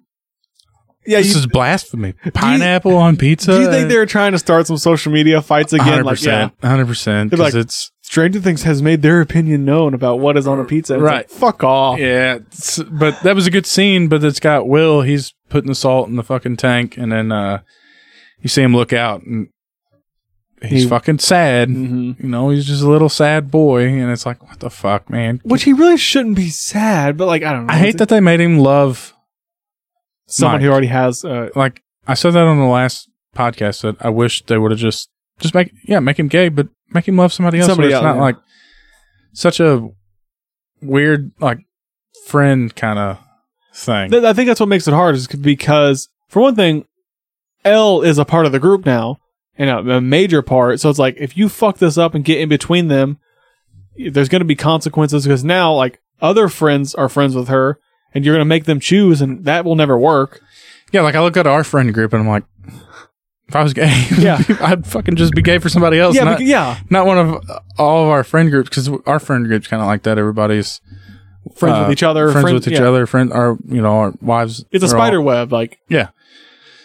[SPEAKER 1] yeah,
[SPEAKER 2] "This
[SPEAKER 1] you,
[SPEAKER 2] is blasphemy! Pineapple on pizza."
[SPEAKER 1] do you think they're trying to start some social media fights again?
[SPEAKER 2] hundred
[SPEAKER 1] Like, yeah,
[SPEAKER 2] percent, hundred percent?
[SPEAKER 1] They're like-
[SPEAKER 2] Because it's
[SPEAKER 1] Stranger Things has made their opinion known about what is on a pizza. It's
[SPEAKER 2] Right.
[SPEAKER 1] like, fuck off.
[SPEAKER 2] yeah, it's- but that was a good scene. But it's got Will. He's putting the salt in the fucking tank, and then uh you see him look out, and he's
[SPEAKER 1] He-
[SPEAKER 2] fucking sad.
[SPEAKER 1] Mhm.
[SPEAKER 2] You know, he's just a little sad boy, and it's like, what the fuck, man.
[SPEAKER 1] Which he really shouldn't be sad, but like I don't know.
[SPEAKER 2] I hate that they made him love
[SPEAKER 1] someone
[SPEAKER 2] Mike.
[SPEAKER 1] who already has. Uh,
[SPEAKER 2] like I said that on the last podcast that I wish they would have just just make yeah make him gay, but make him love somebody else.
[SPEAKER 1] Somebody
[SPEAKER 2] where it's
[SPEAKER 1] else,
[SPEAKER 2] not
[SPEAKER 1] yeah.
[SPEAKER 2] like such a weird like friend kind of thing.
[SPEAKER 1] th- I think that's what makes it hard, is c- because for one thing, L is a part of the group now and a, a major part. So it's like if you fuck this up and get in between them, y- there's going to be consequences because now like other friends are friends with her, and you're going to make them choose, and that will never work.
[SPEAKER 2] yeah, like I look at our friend group and I'm like, if I was gay,
[SPEAKER 1] Yeah.
[SPEAKER 2] I'd fucking just be gay for somebody else.
[SPEAKER 1] yeah,
[SPEAKER 2] not,
[SPEAKER 1] bec- yeah.
[SPEAKER 2] not one of uh, all of our friend groups because our friend group's kind of like that. Everybody's
[SPEAKER 1] Friends
[SPEAKER 2] uh,
[SPEAKER 1] with each other.
[SPEAKER 2] friends, with each
[SPEAKER 1] yeah.
[SPEAKER 2] other. Friend, our you know our wives.
[SPEAKER 1] It's a
[SPEAKER 2] are all-
[SPEAKER 1] spider web, like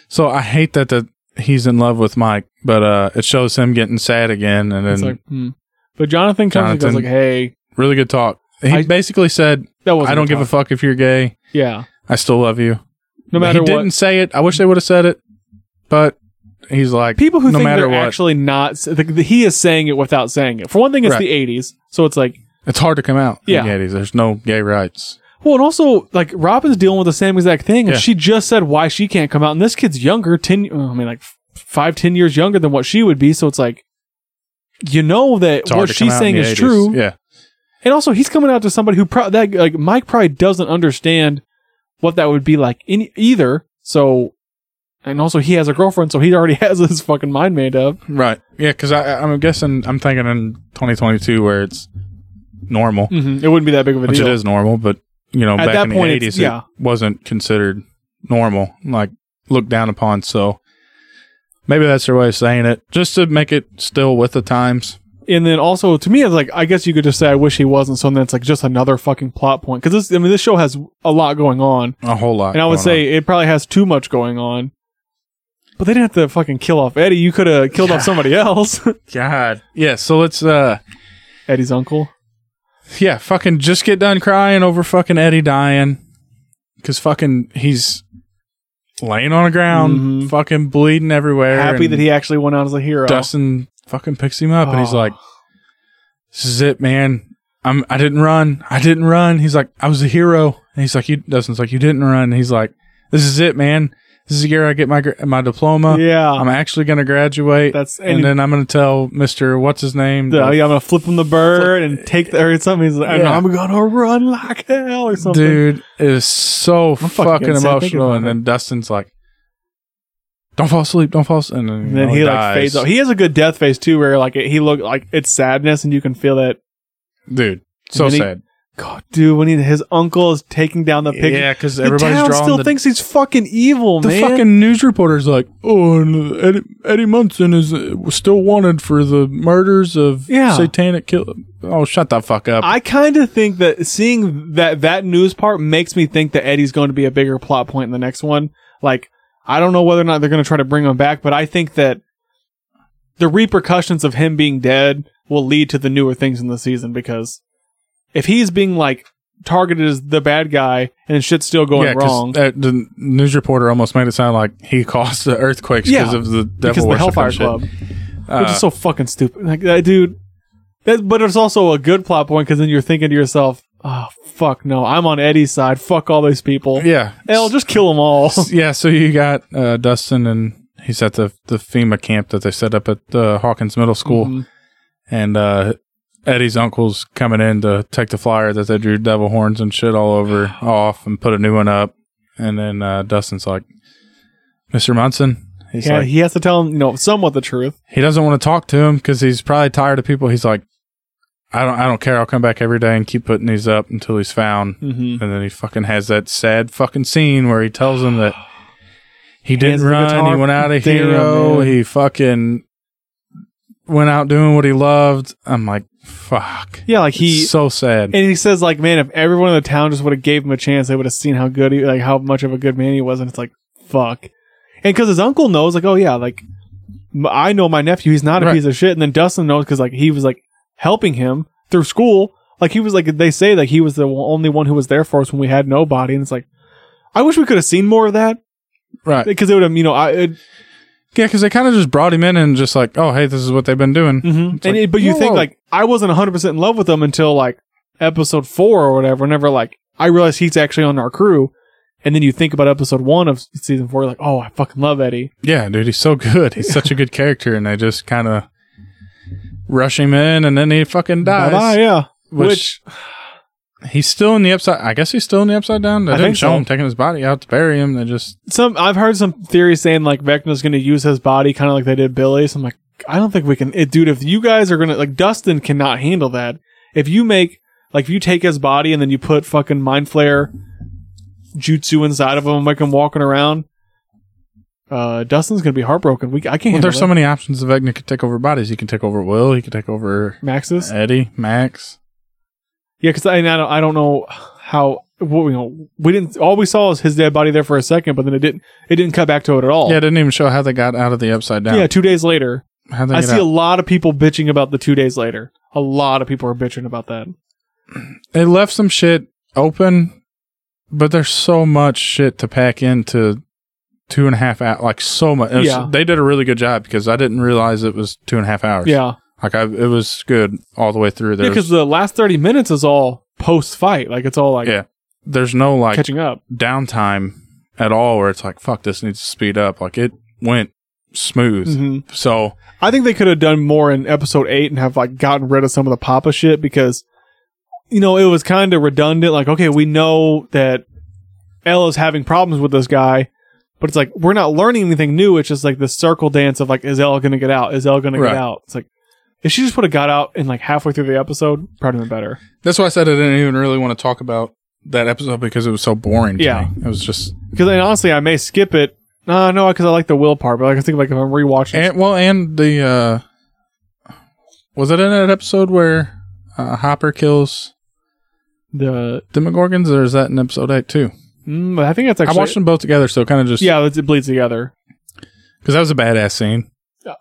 [SPEAKER 2] So I hate that that he's in love with Mike, but uh, it shows him getting sad again, and then
[SPEAKER 1] It's like, hmm. But Jonathan comes and goes
[SPEAKER 2] Jonathan-
[SPEAKER 1] like, "Hey,
[SPEAKER 2] really good talk. He
[SPEAKER 1] I-
[SPEAKER 2] basically said,
[SPEAKER 1] that was
[SPEAKER 2] "I don't give a fuck if you're gay.
[SPEAKER 1] yeah."
[SPEAKER 2] I still love you."
[SPEAKER 1] No matter
[SPEAKER 2] he
[SPEAKER 1] what,
[SPEAKER 2] didn't say it. I wish they would have said it, but he's like,
[SPEAKER 1] people who
[SPEAKER 2] no
[SPEAKER 1] think
[SPEAKER 2] matter
[SPEAKER 1] they're
[SPEAKER 2] what,
[SPEAKER 1] actually not s- the, the, he is saying it without saying it. For one thing, it's
[SPEAKER 2] Right.
[SPEAKER 1] the '80s, so it's like,
[SPEAKER 2] it's hard to come out. in
[SPEAKER 1] Yeah.
[SPEAKER 2] the 80s. there's no gay rights.
[SPEAKER 1] well, and also like Robin's dealing with the same exact thing, and
[SPEAKER 2] Yeah.
[SPEAKER 1] she just said why she can't come out, and this kid's younger, ten, oh, I mean, like f- five, ten years younger than what she would be, so it's like, you know that
[SPEAKER 2] It's hard
[SPEAKER 1] what
[SPEAKER 2] to come
[SPEAKER 1] she's
[SPEAKER 2] out in
[SPEAKER 1] saying
[SPEAKER 2] the
[SPEAKER 1] is
[SPEAKER 2] 80s.
[SPEAKER 1] true,
[SPEAKER 2] Yeah,
[SPEAKER 1] and also he's coming out to somebody who pro- that like Mike probably doesn't understand what that would be like in either. So, and also he has a girlfriend, so he already has his fucking mind made up.
[SPEAKER 2] right. Yeah, because I'm guessing I'm thinking in 2022 where it's normal,
[SPEAKER 1] Mm-hmm. It wouldn't be that big of a
[SPEAKER 2] which
[SPEAKER 1] deal.
[SPEAKER 2] it is normal, but you know,
[SPEAKER 1] At
[SPEAKER 2] back
[SPEAKER 1] that point,
[SPEAKER 2] in the
[SPEAKER 1] it's-
[SPEAKER 2] eighties,
[SPEAKER 1] yeah.
[SPEAKER 2] it wasn't considered normal, like looked down upon. So maybe that's their way of saying it, just to make it still with the times.
[SPEAKER 1] and then also to me, it's like I guess you could just say I wish he wasn't. So then it's like just another fucking plot point because this. I mean, this show has a lot going on,
[SPEAKER 2] a whole lot.
[SPEAKER 1] and I would
[SPEAKER 2] going
[SPEAKER 1] say it probably has too much going on. But they didn't have to fucking kill off Eddie. You could have killed off somebody else.
[SPEAKER 2] on. God, yeah. So let's, uh,
[SPEAKER 1] Eddie's uncle.
[SPEAKER 2] yeah, fucking just get done crying over fucking Eddie dying because fucking he's laying on the ground,
[SPEAKER 1] Mhm.
[SPEAKER 2] fucking bleeding everywhere.
[SPEAKER 1] Happy
[SPEAKER 2] and
[SPEAKER 1] that he actually went out as a hero.
[SPEAKER 2] Dustin fucking picks him up and he's
[SPEAKER 1] Oh.
[SPEAKER 2] like, "This is it, man. I'm. I didn't run. I didn't run." He's like, "I was a hero." And he's like, "You." Dustin's like, "You didn't run." And he's like, "This is it, man. This is the year I get my gr- my diploma.
[SPEAKER 1] Yeah,
[SPEAKER 2] I'm actually gonna graduate."
[SPEAKER 1] that's
[SPEAKER 2] and,
[SPEAKER 1] and,
[SPEAKER 2] then I'm gonna tell Mister what's his name.
[SPEAKER 1] the- yeah, I'm gonna flip him the bird and take the or something. He's like,
[SPEAKER 2] Yeah.
[SPEAKER 1] I'm gonna run like hell or something.
[SPEAKER 2] Dude is so
[SPEAKER 1] I'm fucking
[SPEAKER 2] fucking,
[SPEAKER 1] getting sad thinking
[SPEAKER 2] emotional,
[SPEAKER 1] about
[SPEAKER 2] and
[SPEAKER 1] it.
[SPEAKER 2] then Dustin's like, "Don't fall asleep, don't fall." Asleep. And then, you
[SPEAKER 1] And then
[SPEAKER 2] know,
[SPEAKER 1] he like
[SPEAKER 2] Oh, dies.
[SPEAKER 1] fades off. He has a good death face too, where like it, he look like it's sadness, and you can feel that.
[SPEAKER 2] dude. So
[SPEAKER 1] then he-
[SPEAKER 2] sad.
[SPEAKER 1] God, dude, when he, his uncle is taking down the picture,
[SPEAKER 2] yeah, because
[SPEAKER 1] the
[SPEAKER 2] everybody's
[SPEAKER 1] town
[SPEAKER 2] drawing
[SPEAKER 1] still
[SPEAKER 2] the
[SPEAKER 1] thinks he's fucking evil,
[SPEAKER 2] the
[SPEAKER 1] man.
[SPEAKER 2] fucking news reporter's like, oh, and Eddie, Eddie Munson is uh, still wanted for the murders of
[SPEAKER 1] Yeah.
[SPEAKER 2] satanic kill. Oh, shut the fuck up.
[SPEAKER 1] I kind of think that seeing that that news part makes me think that Eddie's going to be a bigger plot point in the next one. Like, I don't know whether or not they're going to try to bring him back, but I think that the repercussions of him being dead will lead to the newer things in the season because if he's being like targeted as the bad guy and shit's still going
[SPEAKER 2] yeah, 'cause
[SPEAKER 1] wrong
[SPEAKER 2] That, the news reporter almost made it sound like he caused the earthquakes because
[SPEAKER 1] Yeah,
[SPEAKER 2] of the
[SPEAKER 1] because
[SPEAKER 2] devil
[SPEAKER 1] of the
[SPEAKER 2] worship
[SPEAKER 1] Hellfire
[SPEAKER 2] and shit.
[SPEAKER 1] Club,
[SPEAKER 2] Uh,
[SPEAKER 1] which is so fucking stupid. Like that dude. That, but it's also a good plot point because then you're thinking to yourself, "Oh fuck no, I'm on Eddie's side. Fuck all those people.
[SPEAKER 2] yeah,
[SPEAKER 1] Hell, just kill them all."
[SPEAKER 2] yeah. So you got uh, Dustin, and he's at the the FEMA camp that they set up at uh, Hawkins Middle School,
[SPEAKER 1] Mhm.
[SPEAKER 2] and uh, Eddie's uncle's coming in to take the flyer that they drew devil horns and shit all over off and put a new one up. And then uh, Dustin's like, Mr. Munson, he's
[SPEAKER 1] Yeah,
[SPEAKER 2] like,
[SPEAKER 1] he has to tell him, you know, somewhat the truth.
[SPEAKER 2] he doesn't want to talk to him because he's probably tired of people. He's like, I don't, I don't care. I'll come back every day and keep putting these up until he's found.
[SPEAKER 1] Mm-hmm.
[SPEAKER 2] And then he fucking has that sad fucking scene where he tells him that he didn't
[SPEAKER 1] has the
[SPEAKER 2] run.
[SPEAKER 1] guitar.
[SPEAKER 2] He went out a
[SPEAKER 1] Damn,
[SPEAKER 2] hero.
[SPEAKER 1] man.
[SPEAKER 2] He fucking went out doing what he loved. I'm like, fuck.
[SPEAKER 1] Yeah, like he
[SPEAKER 2] so sad.
[SPEAKER 1] and he says like, man, if everyone in the town just would have gave him a chance, they would have seen how good he, like how much of a good man he was. And it's like, fuck. And because his uncle knows, like, oh yeah, like m- I know my nephew, he's not a
[SPEAKER 2] Right.
[SPEAKER 1] piece of shit. And then Dustin knows because like he was like helping him through school. Like he was like they say like he was the o- only one who was there for us when we had nobody. And it's like, I wish we could have seen more of that
[SPEAKER 2] right. Yeah, 'cause
[SPEAKER 1] because it would have you know I. It,
[SPEAKER 2] yeah, because they kind of just brought him in and just like, oh, hey, this is what they've been doing.
[SPEAKER 1] Mm-hmm. And
[SPEAKER 2] like,
[SPEAKER 1] it, but you
[SPEAKER 2] whoa,
[SPEAKER 1] think
[SPEAKER 2] whoa.
[SPEAKER 1] like I wasn't 100 percent in love with them until like episode four or whatever. Whenever like I realized he's actually on our crew, and then you think about episode one of season four, you're like oh I fucking love Eddie.
[SPEAKER 2] Yeah, dude, he's so good. He's such a good character, and they just kind of rush him in, and then he fucking dies.
[SPEAKER 1] Bye-bye, yeah.
[SPEAKER 2] Which, he's still in the upside. I guess he's still in the upside down. They
[SPEAKER 1] I
[SPEAKER 2] didn't
[SPEAKER 1] think
[SPEAKER 2] show
[SPEAKER 1] so.
[SPEAKER 2] him taking his body out to bury him. They just
[SPEAKER 1] Some I've heard some theories saying like Vecna's going to use his body kind of like they did Billy. So I'm like I don't think we can, it, dude. If you guys are gonna like Dustin cannot handle that. If you make like if you take his body and then you put fucking mind flare jutsu inside of him and make him walking around. Uh, Dustin's gonna be heartbroken. We I can't.
[SPEAKER 2] well,
[SPEAKER 1] handle
[SPEAKER 2] there's so many options. Of Vecna could take over bodies. He can take over Will. He could take over
[SPEAKER 1] that. Max's.
[SPEAKER 2] Eddie, Max.
[SPEAKER 1] Yeah, because I, and I don't I don't know how what we know. We didn't. All we saw was his dead body there for a second, but then it didn't. It didn't cut back to it at all.
[SPEAKER 2] Yeah, it didn't even show how they got out of the upside down.
[SPEAKER 1] Oh. Yeah. Two days later,
[SPEAKER 2] how they
[SPEAKER 1] I
[SPEAKER 2] get
[SPEAKER 1] see
[SPEAKER 2] out?
[SPEAKER 1] a lot of people bitching about the two days later. A lot of people are bitching about that.
[SPEAKER 2] they left some shit open, but there's so much shit to pack into two and a half hours. Like so much. It was-
[SPEAKER 1] Yeah.
[SPEAKER 2] They did a really good job because I didn't realize it was two and a half hours.
[SPEAKER 1] Yeah,
[SPEAKER 2] Like I, it was good all the way through.
[SPEAKER 1] yeah,
[SPEAKER 2] There's,
[SPEAKER 1] because the last thirty minutes is all post fight. Like it's all like
[SPEAKER 2] Yeah, there's no like
[SPEAKER 1] catching up.
[SPEAKER 2] downtime at all where it's like, fuck, this needs to speed up. Like it went smooth.
[SPEAKER 1] Mhm.
[SPEAKER 2] So
[SPEAKER 1] I think they could have done more in episode eight and have like gotten rid of some of the Papa shit because, you know, it was kind of redundant. Like, okay, we know that Ella's having problems with this guy, but it's like we're not learning anything new. It's just like the circle dance of like, is Ella going to get out? Is Ella going to
[SPEAKER 2] Right.
[SPEAKER 1] get out? It's like if she just would have got out in like halfway through the episode, probably been better.
[SPEAKER 2] that's why I said I didn't even really want to talk about that episode because it was so boring. to
[SPEAKER 1] Yeah.
[SPEAKER 2] me. It was just,
[SPEAKER 1] Because and honestly, I may skip it. Uh, no, because I like the Will part, but like I think like if I'm rewatching,
[SPEAKER 2] and, well, and the, uh, was it in that episode where uh, Hopper kills
[SPEAKER 1] The
[SPEAKER 2] Demogorgons, or is that in episode eight too?
[SPEAKER 1] mm, I think that's actually
[SPEAKER 2] I watched them both together, so kind of just
[SPEAKER 1] Yeah, it bleeds together.
[SPEAKER 2] because that was a badass scene.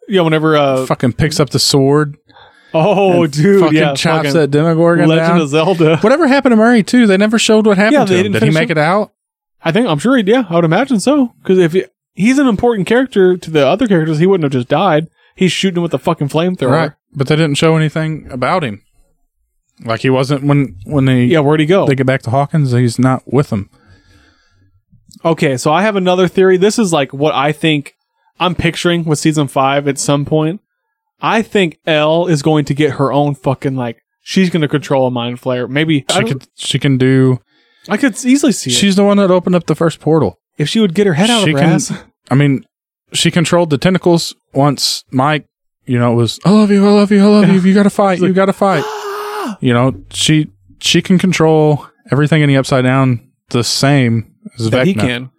[SPEAKER 1] Yeah, whenever uh
[SPEAKER 2] fucking picks up the sword.
[SPEAKER 1] oh
[SPEAKER 2] and
[SPEAKER 1] dude,
[SPEAKER 2] fucking
[SPEAKER 1] yeah,
[SPEAKER 2] chops
[SPEAKER 1] fucking
[SPEAKER 2] that Demogorgon
[SPEAKER 1] Legend
[SPEAKER 2] down.
[SPEAKER 1] of Zelda.
[SPEAKER 2] Whatever happened to Murray too? They never showed what happened
[SPEAKER 1] Yeah,
[SPEAKER 2] to
[SPEAKER 1] they
[SPEAKER 2] him.
[SPEAKER 1] didn't
[SPEAKER 2] Did he
[SPEAKER 1] finish
[SPEAKER 2] make
[SPEAKER 1] him?
[SPEAKER 2] it out?
[SPEAKER 1] I think I'm sure he yeah, I would imagine so cuz if it, he's an important character to the other characters, he wouldn't have just died. He's shooting him with a fucking flamethrower.
[SPEAKER 2] Right, but they didn't show anything about him. Like he wasn't when when they
[SPEAKER 1] Yeah, where'd he go?
[SPEAKER 2] they get back to Hawkins. He's not with them.
[SPEAKER 1] Okay, so I have another theory. This is like what I think I'm picturing with season five at some point. I think Elle is going to get her own fucking like she's going to control a mind flare. Maybe I,
[SPEAKER 2] She
[SPEAKER 1] could,
[SPEAKER 2] could she can do.
[SPEAKER 1] I could easily see it.
[SPEAKER 2] She's the one that opened up the first portal.
[SPEAKER 1] if she would get her head out
[SPEAKER 2] she
[SPEAKER 1] of her
[SPEAKER 2] can-
[SPEAKER 1] ass.
[SPEAKER 2] I mean, she controlled the tentacles once Mike. You know, was I love you, I love you, I love you. You got to fight, you got to fight. You know, she she can control everything in the upside down the same as
[SPEAKER 1] that
[SPEAKER 2] Vecna
[SPEAKER 1] he can.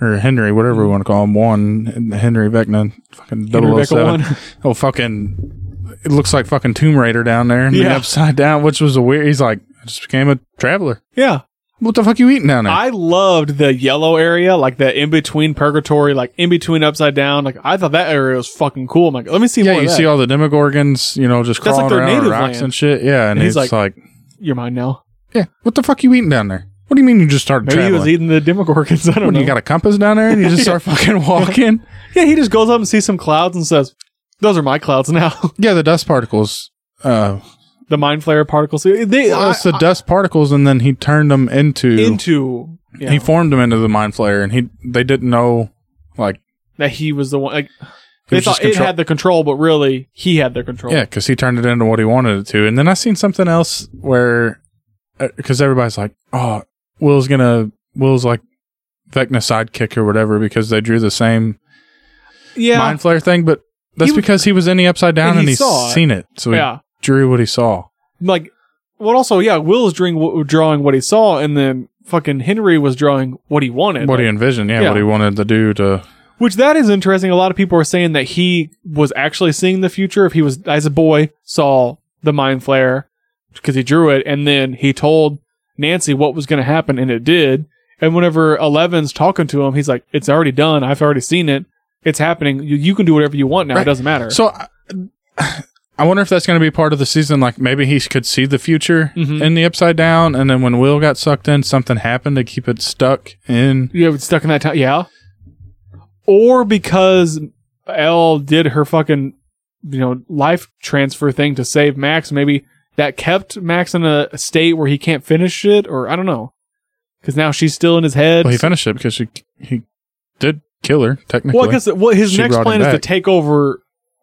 [SPEAKER 2] or Henry, whatever we want to call him. One Henry Vecna, fucking
[SPEAKER 1] Mm. Henry
[SPEAKER 2] double
[SPEAKER 1] Beckel
[SPEAKER 2] seven.
[SPEAKER 1] won.
[SPEAKER 2] Oh fucking! It looks like fucking Tomb Raider down there, and
[SPEAKER 1] Yeah.
[SPEAKER 2] upside down, which was a weird. He's like, I just became a traveler.
[SPEAKER 1] Yeah.
[SPEAKER 2] What the fuck you eating down there?
[SPEAKER 1] I loved the yellow area, like the in between purgatory, like in between upside down. Like I thought that area was fucking cool. I'm like, let me see
[SPEAKER 2] yeah,
[SPEAKER 1] more
[SPEAKER 2] you
[SPEAKER 1] of that.
[SPEAKER 2] see all the Demogorgons, you know, just
[SPEAKER 1] That's like
[SPEAKER 2] crawling
[SPEAKER 1] their
[SPEAKER 2] around on
[SPEAKER 1] native
[SPEAKER 2] rocks
[SPEAKER 1] land.
[SPEAKER 2] and shit. Yeah, and,
[SPEAKER 1] And he's
[SPEAKER 2] he's like,
[SPEAKER 1] You're mine now.
[SPEAKER 2] yeah, what the fuck you eating down there? What do you mean you just started
[SPEAKER 1] Maybe he
[SPEAKER 2] traveling?
[SPEAKER 1] was eating the Demogorgons. I don't
[SPEAKER 2] when
[SPEAKER 1] know.
[SPEAKER 2] you got a compass down there and you just start fucking walking?
[SPEAKER 1] Yeah, he just goes up and sees some clouds and says, "Those are my clouds now."
[SPEAKER 2] yeah, the dust particles. Uh,
[SPEAKER 1] the mind flare particles. They
[SPEAKER 2] well,
[SPEAKER 1] I-
[SPEAKER 2] it's the dust particles, and then he turned them into,
[SPEAKER 1] into yeah,
[SPEAKER 2] he formed them into the mind flayer, and he they didn't know like
[SPEAKER 1] that he was the one. Like
[SPEAKER 2] It
[SPEAKER 1] they
[SPEAKER 2] was just
[SPEAKER 1] thought it
[SPEAKER 2] control-
[SPEAKER 1] had the control, but really he had the control.
[SPEAKER 2] Yeah, because he turned it into what he wanted it to. And then I seen something else where, because everybody's like, oh, Will's gonna, Will's like Vecna sidekick or whatever because they drew the same
[SPEAKER 1] yeah,
[SPEAKER 2] mind flare thing, but that's
[SPEAKER 1] He was-
[SPEAKER 2] because he was in the upside down
[SPEAKER 1] And
[SPEAKER 2] and,
[SPEAKER 1] he
[SPEAKER 2] he's
[SPEAKER 1] saw it.
[SPEAKER 2] seen it, so he
[SPEAKER 1] yeah.
[SPEAKER 2] drew what he saw.
[SPEAKER 1] Like, well, also, yeah, Will is drawing drawing what he saw, and then fucking Henry was drawing what he wanted.
[SPEAKER 2] what he
[SPEAKER 1] Like,
[SPEAKER 2] envisioned, yeah,
[SPEAKER 1] Yeah.
[SPEAKER 2] what he wanted to do to.
[SPEAKER 1] which that is interesting. A lot of people are saying that he was actually seeing the future. If he was as a boy saw the mind flare because he drew it, and then he told Nancy what was going to happen, and it did. And whenever Eleven's talking to him, he's like, "It's already done. I've already seen it. It's happening. You, you can do whatever you want now. It
[SPEAKER 2] Right.
[SPEAKER 1] doesn't matter."
[SPEAKER 2] So. I- I wonder if that's going to be part of the season. Like maybe he could see the future
[SPEAKER 1] Mhm.
[SPEAKER 2] in the upside down, and then when Will got sucked in, something happened to keep it stuck in.
[SPEAKER 1] you have stuck in that time, yeah. Or because Elle did her fucking, you know, life transfer thing to save Max, maybe that kept Max in a state where he can't finish it, or I don't know, because now she's still in his head.
[SPEAKER 2] Well, he finished it because she he did kill her technically.
[SPEAKER 1] well, I guess well, his
[SPEAKER 2] She
[SPEAKER 1] next
[SPEAKER 2] brought
[SPEAKER 1] plan
[SPEAKER 2] him
[SPEAKER 1] is to
[SPEAKER 2] back.
[SPEAKER 1] take over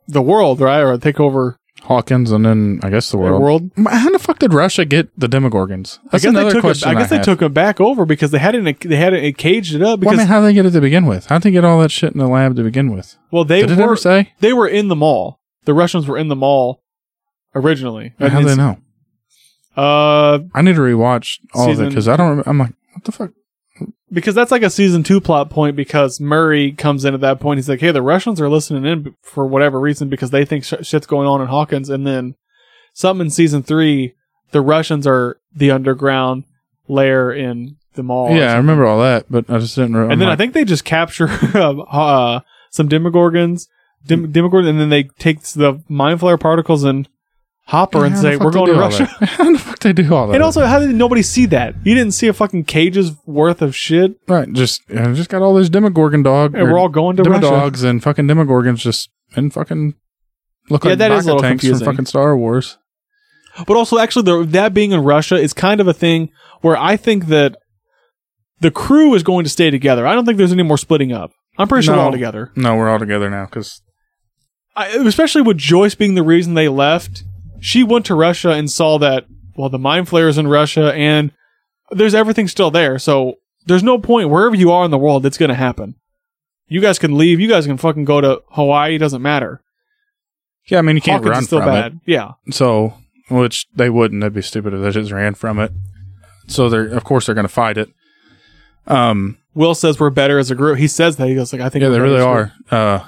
[SPEAKER 1] the world, right, or take over
[SPEAKER 2] Hawkins, and then I guess the
[SPEAKER 1] the
[SPEAKER 2] world.
[SPEAKER 1] world.
[SPEAKER 2] How the fuck did Russia get the Demogorgons? That's
[SPEAKER 1] I guess they
[SPEAKER 2] another
[SPEAKER 1] took.
[SPEAKER 2] question.
[SPEAKER 1] It, I guess they
[SPEAKER 2] have.
[SPEAKER 1] took him back over because they had it. They had it caged it up
[SPEAKER 2] Well, I
[SPEAKER 1] because
[SPEAKER 2] mean, how did they get it to begin with? How would they get all that shit in the lab to begin with?
[SPEAKER 1] well they
[SPEAKER 2] Did it
[SPEAKER 1] were
[SPEAKER 2] ever say?
[SPEAKER 1] they were in the mall. The Russians were in the mall originally.
[SPEAKER 2] How do they know?
[SPEAKER 1] Uh,
[SPEAKER 2] I need to rewatch all of it
[SPEAKER 1] Season-
[SPEAKER 2] because I don't. Remember. I'm like, what the fuck?
[SPEAKER 1] because that's like a season two plot point because Murray comes in at that point. He's like, hey, the Russians are listening in for whatever reason because they think sh- shit's going on in Hawkins. And then something in season three, the Russians are the underground lair in the mall. or
[SPEAKER 2] yeah, I
[SPEAKER 1] something.
[SPEAKER 2] remember all that, but I just didn't. remember.
[SPEAKER 1] And then I think they just capture um, uh, some Demogorgons,
[SPEAKER 2] Mm.
[SPEAKER 1] Dem- Demogorgon, and then they take the mind flare particles and Hopper and say, we're going to Russia.
[SPEAKER 2] How the fuck they do all that?
[SPEAKER 1] And also, how did nobody see that? You didn't see a fucking cage's worth of shit,
[SPEAKER 2] right? Just I just got all those Demogorgon dog.
[SPEAKER 1] and
[SPEAKER 2] or
[SPEAKER 1] we're all going to Russia.
[SPEAKER 2] Demodogs and fucking Demogorgons just and fucking look
[SPEAKER 1] Yeah,
[SPEAKER 2] like
[SPEAKER 1] that is a
[SPEAKER 2] rocket
[SPEAKER 1] little
[SPEAKER 2] tanks
[SPEAKER 1] confusing.
[SPEAKER 2] from fucking Star Wars.
[SPEAKER 1] But also, actually, the, that being in Russia is kind of a thing where I think that the crew is going to stay together. I don't think there's any more splitting up. I'm pretty sure we're
[SPEAKER 2] No.
[SPEAKER 1] all together.
[SPEAKER 2] No, we're all together now because
[SPEAKER 1] I, especially with Joyce being the reason they left. She went to Russia and saw that, well, the mind flayers in Russia and there's everything still there. So there's no point wherever you are in the world, it's going to happen. You guys can leave. You guys can fucking go to Hawaii. It doesn't matter.
[SPEAKER 2] yeah, I mean you can't
[SPEAKER 1] Hawkins
[SPEAKER 2] run
[SPEAKER 1] is still
[SPEAKER 2] from
[SPEAKER 1] bad. Yeah.
[SPEAKER 2] it. So which they wouldn't. That'd be stupid if they just ran from it. So they're of course they're going to fight it. Um,
[SPEAKER 1] Will says we're better as a group. He says that. He goes like, I think
[SPEAKER 2] yeah,
[SPEAKER 1] we're
[SPEAKER 2] they
[SPEAKER 1] better
[SPEAKER 2] really
[SPEAKER 1] as a group.
[SPEAKER 2] are. Uh,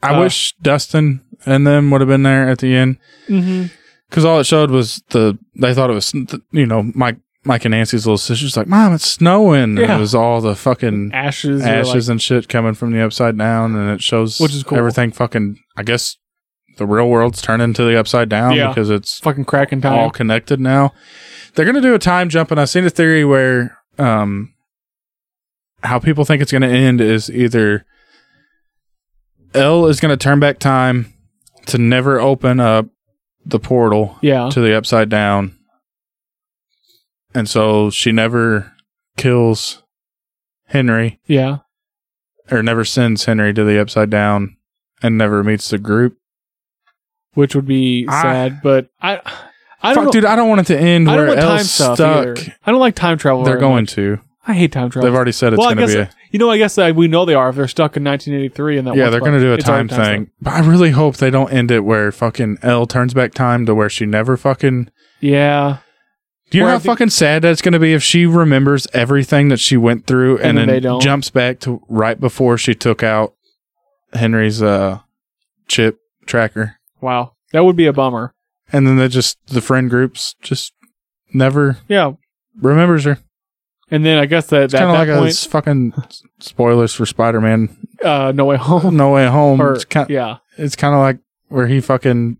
[SPEAKER 2] I
[SPEAKER 1] Uh.
[SPEAKER 2] wish Dustin and them would have been there at the end
[SPEAKER 1] Mm-hmm.
[SPEAKER 2] because all it showed was the they thought it was you know Mike Mike and Nancy's little sister's like mom it's snowing and
[SPEAKER 1] Yeah.
[SPEAKER 2] it was all the fucking
[SPEAKER 1] Ashes. are,
[SPEAKER 2] ashes and shit coming from the upside down and it shows
[SPEAKER 1] Which is cool.
[SPEAKER 2] everything fucking I guess the real world's turning to the upside down
[SPEAKER 1] Yeah.
[SPEAKER 2] because it's
[SPEAKER 1] like, fucking cracking time.
[SPEAKER 2] all connected now. They're gonna do a time jump, and I've seen a theory where um how people think it's gonna end is either L is gonna turn back time to never open up the portal
[SPEAKER 1] yeah.
[SPEAKER 2] to the upside down. And so she never kills Henry
[SPEAKER 1] Yeah.
[SPEAKER 2] or never sends Henry to the upside down and never meets the group.
[SPEAKER 1] Which would be
[SPEAKER 2] I-
[SPEAKER 1] sad, but I, I don't
[SPEAKER 2] Fuck,
[SPEAKER 1] know.
[SPEAKER 2] dude, I don't want it to end
[SPEAKER 1] I don't
[SPEAKER 2] where
[SPEAKER 1] want time
[SPEAKER 2] L's
[SPEAKER 1] stuff
[SPEAKER 2] stuck.
[SPEAKER 1] either. I don't like time travel.
[SPEAKER 2] They're
[SPEAKER 1] very
[SPEAKER 2] going
[SPEAKER 1] much.
[SPEAKER 2] to.
[SPEAKER 1] I hate time travel.
[SPEAKER 2] They've already said it's
[SPEAKER 1] Well, I
[SPEAKER 2] going to
[SPEAKER 1] guess-
[SPEAKER 2] be a
[SPEAKER 1] You know, I guess that we know they are if they're stuck in 1983 and that.
[SPEAKER 2] yeah.
[SPEAKER 1] one
[SPEAKER 2] They're
[SPEAKER 1] spot.
[SPEAKER 2] going to do a
[SPEAKER 1] It's
[SPEAKER 2] time
[SPEAKER 1] already
[SPEAKER 2] thing,
[SPEAKER 1] stuff.
[SPEAKER 2] but I really hope they don't end it where fucking L turns back time to where she never fucking.
[SPEAKER 1] Yeah,
[SPEAKER 2] Do you
[SPEAKER 1] Where
[SPEAKER 2] know
[SPEAKER 1] I
[SPEAKER 2] how
[SPEAKER 1] think-
[SPEAKER 2] fucking sad that's going to be if she remembers everything that she went through and,
[SPEAKER 1] then
[SPEAKER 2] then,
[SPEAKER 1] they don't.
[SPEAKER 2] jumps back to right before she took out Henry's uh chip tracker,
[SPEAKER 1] wow, that would be a bummer.
[SPEAKER 2] and then they just the friend groups just never
[SPEAKER 1] Yeah,
[SPEAKER 2] remembers her.
[SPEAKER 1] and then I guess that
[SPEAKER 2] It's kind
[SPEAKER 1] at
[SPEAKER 2] of like
[SPEAKER 1] that
[SPEAKER 2] a
[SPEAKER 1] point,
[SPEAKER 2] s- fucking s- spoilers for Spider Man
[SPEAKER 1] uh, No Way Home,
[SPEAKER 2] No Way Home.
[SPEAKER 1] or
[SPEAKER 2] it's kind
[SPEAKER 1] yeah,
[SPEAKER 2] it's kind of like where he fucking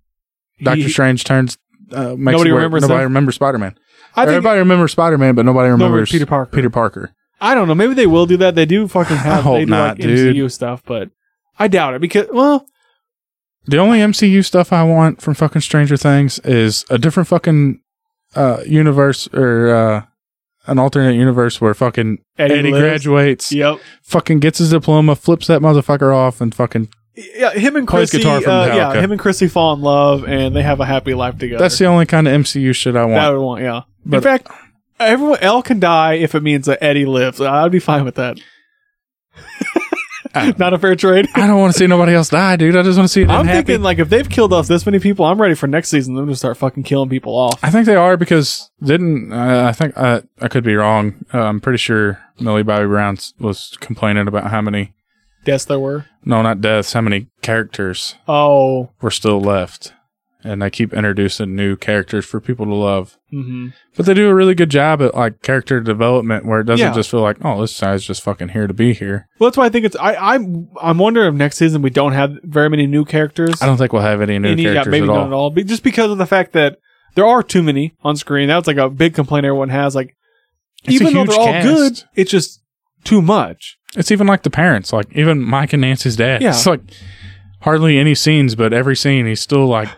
[SPEAKER 2] Doctor
[SPEAKER 1] He-
[SPEAKER 2] Strange turns. Uh, makes
[SPEAKER 1] Nobody
[SPEAKER 2] it where
[SPEAKER 1] remembers
[SPEAKER 2] Nobody
[SPEAKER 1] him.
[SPEAKER 2] remembers Spider Man.
[SPEAKER 1] I think
[SPEAKER 2] Everybody remembers Spider Man, but nobody
[SPEAKER 1] no,
[SPEAKER 2] remembers
[SPEAKER 1] Peter Parker.
[SPEAKER 2] Peter, Parker.
[SPEAKER 1] I don't know. Maybe they will do that. They do fucking
[SPEAKER 2] I
[SPEAKER 1] have
[SPEAKER 2] hope
[SPEAKER 1] they do
[SPEAKER 2] not,
[SPEAKER 1] like
[SPEAKER 2] dude.
[SPEAKER 1] MCU stuff, but I doubt it because well,
[SPEAKER 2] The only MCU stuff I want from fucking Stranger Things is a different fucking uh, universe or uh, an alternate universe where fucking
[SPEAKER 1] Eddie,
[SPEAKER 2] Eddie
[SPEAKER 1] lives.
[SPEAKER 2] graduates,
[SPEAKER 1] Yep.
[SPEAKER 2] fucking gets his diploma, flips that motherfucker off, and fucking.
[SPEAKER 1] Yeah, him and
[SPEAKER 2] Plays
[SPEAKER 1] Chrissy.
[SPEAKER 2] guitar from
[SPEAKER 1] uh, yeah,
[SPEAKER 2] Metallica.
[SPEAKER 1] him and Chrissy fall in love and they have a happy life together.
[SPEAKER 2] That's the only kind of MCU shit I
[SPEAKER 1] that I
[SPEAKER 2] want.
[SPEAKER 1] would want. Yeah. In
[SPEAKER 2] But-
[SPEAKER 1] fact, everyone L can die if it means that Eddie lives. Uh, I'd be fine with that.
[SPEAKER 2] I,
[SPEAKER 1] Not a fair trade.
[SPEAKER 2] I don't want to see nobody else die, dude. I just want to see it.
[SPEAKER 1] I'm
[SPEAKER 2] unhappy.
[SPEAKER 1] thinking like if they've killed off this many people, I'm ready for next season. Them to start fucking killing people off.
[SPEAKER 2] I think they are because didn't uh, I think uh, I could be wrong. Uh, I'm pretty sure Millie Bobby Brown s- was complaining about how many
[SPEAKER 1] Deaths there were.
[SPEAKER 2] no not deaths how many characters
[SPEAKER 1] Oh.
[SPEAKER 2] were still left, and they keep introducing new characters for people to love.
[SPEAKER 1] hmm
[SPEAKER 2] But they do a really good job at like character development where it doesn't
[SPEAKER 1] Yeah.
[SPEAKER 2] just feel like oh this guy's just fucking here to be here.
[SPEAKER 1] Well, that's why I think it's. I, I'm. I'm wondering if next season we don't have very many new characters.
[SPEAKER 2] I don't think we'll have any new
[SPEAKER 1] Any- yeah,
[SPEAKER 2] characters
[SPEAKER 1] maybe
[SPEAKER 2] at
[SPEAKER 1] not
[SPEAKER 2] all.
[SPEAKER 1] at all. But just because of the fact that there are too many on screen, that's like a big complaint everyone has. Like,
[SPEAKER 2] It's a
[SPEAKER 1] even though
[SPEAKER 2] huge
[SPEAKER 1] they're all
[SPEAKER 2] cast.
[SPEAKER 1] good, it's just too much.
[SPEAKER 2] It's even like the parents, like even Mike and Nancy's dad.
[SPEAKER 1] Yeah.
[SPEAKER 2] It's like hardly any scenes, but every scene he's still like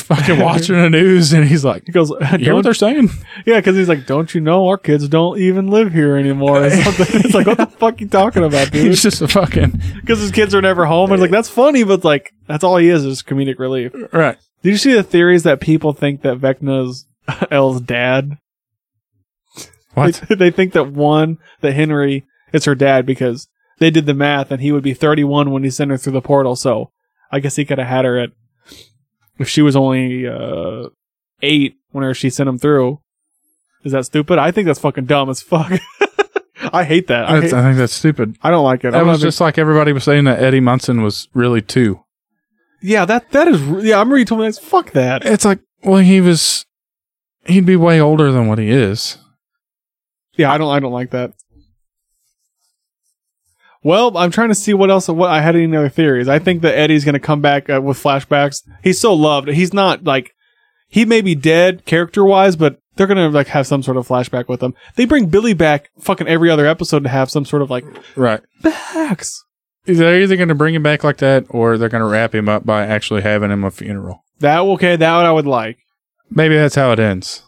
[SPEAKER 2] fucking watching the news and he's like,
[SPEAKER 1] He goes,
[SPEAKER 2] You hear what
[SPEAKER 1] "Don't
[SPEAKER 2] they're saying?
[SPEAKER 1] Yeah, because he's like, don't you know our kids don't even live here anymore? Or something. It's like, what the fuck you talking about, dude?
[SPEAKER 2] He's just a fucking
[SPEAKER 1] Because his kids are never home. And it's like, that's funny, but like, that's all he is is comedic relief.
[SPEAKER 2] Right.
[SPEAKER 1] Did you see the theories that people think that Vecna's Elle's dad?
[SPEAKER 2] What?
[SPEAKER 1] They, they think that one, that Henry is her dad because they did the math and he would be 31 when he sent her through the portal. So I guess he could have had her at, if she was only uh, eight whenever she sent him through. Is that stupid? I think that's fucking dumb as fuck. I hate that. I,
[SPEAKER 2] That's-
[SPEAKER 1] hate-
[SPEAKER 2] I think that's stupid.
[SPEAKER 1] I don't like it.
[SPEAKER 2] That
[SPEAKER 1] I'm not a
[SPEAKER 2] was
[SPEAKER 1] big-
[SPEAKER 2] just like everybody was saying that Eddie Munson was really two.
[SPEAKER 1] yeah, that that is. re- Yeah, I'm reading told me that's fuck that.
[SPEAKER 2] It's like well he was he'd be way older than what he is.
[SPEAKER 1] Yeah, I don't. I don't like that. Well, I'm trying to see what else. What I had any other theories? I think that Eddie's going to come back uh, with flashbacks. He's so loved. He's not like he may be dead character wise, but they're going to like have some sort of flashback with him. They bring Billy back fucking every other episode to have some sort of like
[SPEAKER 2] Right.
[SPEAKER 1] backs.
[SPEAKER 2] They're either gonna bring him back like that or they're gonna wrap him up by actually having him a funeral.
[SPEAKER 1] That okay? That I would like.
[SPEAKER 2] Maybe that's how it ends.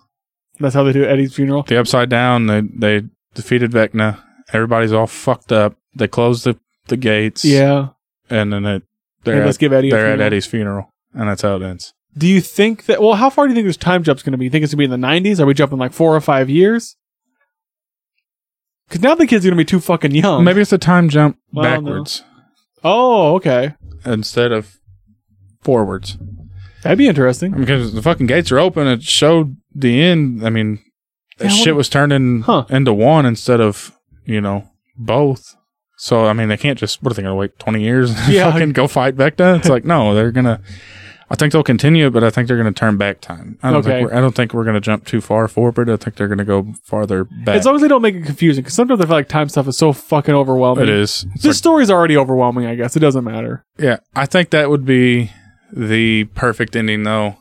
[SPEAKER 1] That's how they do Eddie's funeral.
[SPEAKER 2] the upside down they they defeated Vecna. Everybody's all fucked up. They close the, the gates.
[SPEAKER 1] Yeah.
[SPEAKER 2] And then it,
[SPEAKER 1] Hey,
[SPEAKER 2] they're,
[SPEAKER 1] let's
[SPEAKER 2] at,
[SPEAKER 1] give Eddie. a
[SPEAKER 2] they're at
[SPEAKER 1] funeral.
[SPEAKER 2] Eddie's funeral. And that's how it ends.
[SPEAKER 1] Do you think that? Well, how far do you think this time jump's going to be? You think it's going to be in the 90s? Are we jumping like four or five years? Because now the kid's going to be too fucking young.
[SPEAKER 2] Maybe it's a time jump
[SPEAKER 1] Well, no.
[SPEAKER 2] backwards
[SPEAKER 1] Oh, okay.
[SPEAKER 2] instead of forwards.
[SPEAKER 1] That'd be interesting.
[SPEAKER 2] Because the fucking gates are open. It showed the end. I mean, that
[SPEAKER 1] Yeah, I
[SPEAKER 2] shit
[SPEAKER 1] wonder-
[SPEAKER 2] was turned in,
[SPEAKER 1] Huh.
[SPEAKER 2] into one instead of, you know, both. So I mean, they can't just. What are they going to wait twenty years? And
[SPEAKER 1] Yeah.
[SPEAKER 2] fucking go fight Vecta. It's like no, they're gonna. I think they'll continue, but I think they're going to turn back time. I don't
[SPEAKER 1] Okay.
[SPEAKER 2] think we're, I don't think we're going to jump too far forward. I think they're going to go farther back.
[SPEAKER 1] As long as they don't make it confusing, because sometimes I feel like time stuff is so fucking overwhelming.
[SPEAKER 2] it is. It's
[SPEAKER 1] This story's already overwhelming, I guess. It doesn't matter.
[SPEAKER 2] like- yeah, I think that would be the perfect ending, though.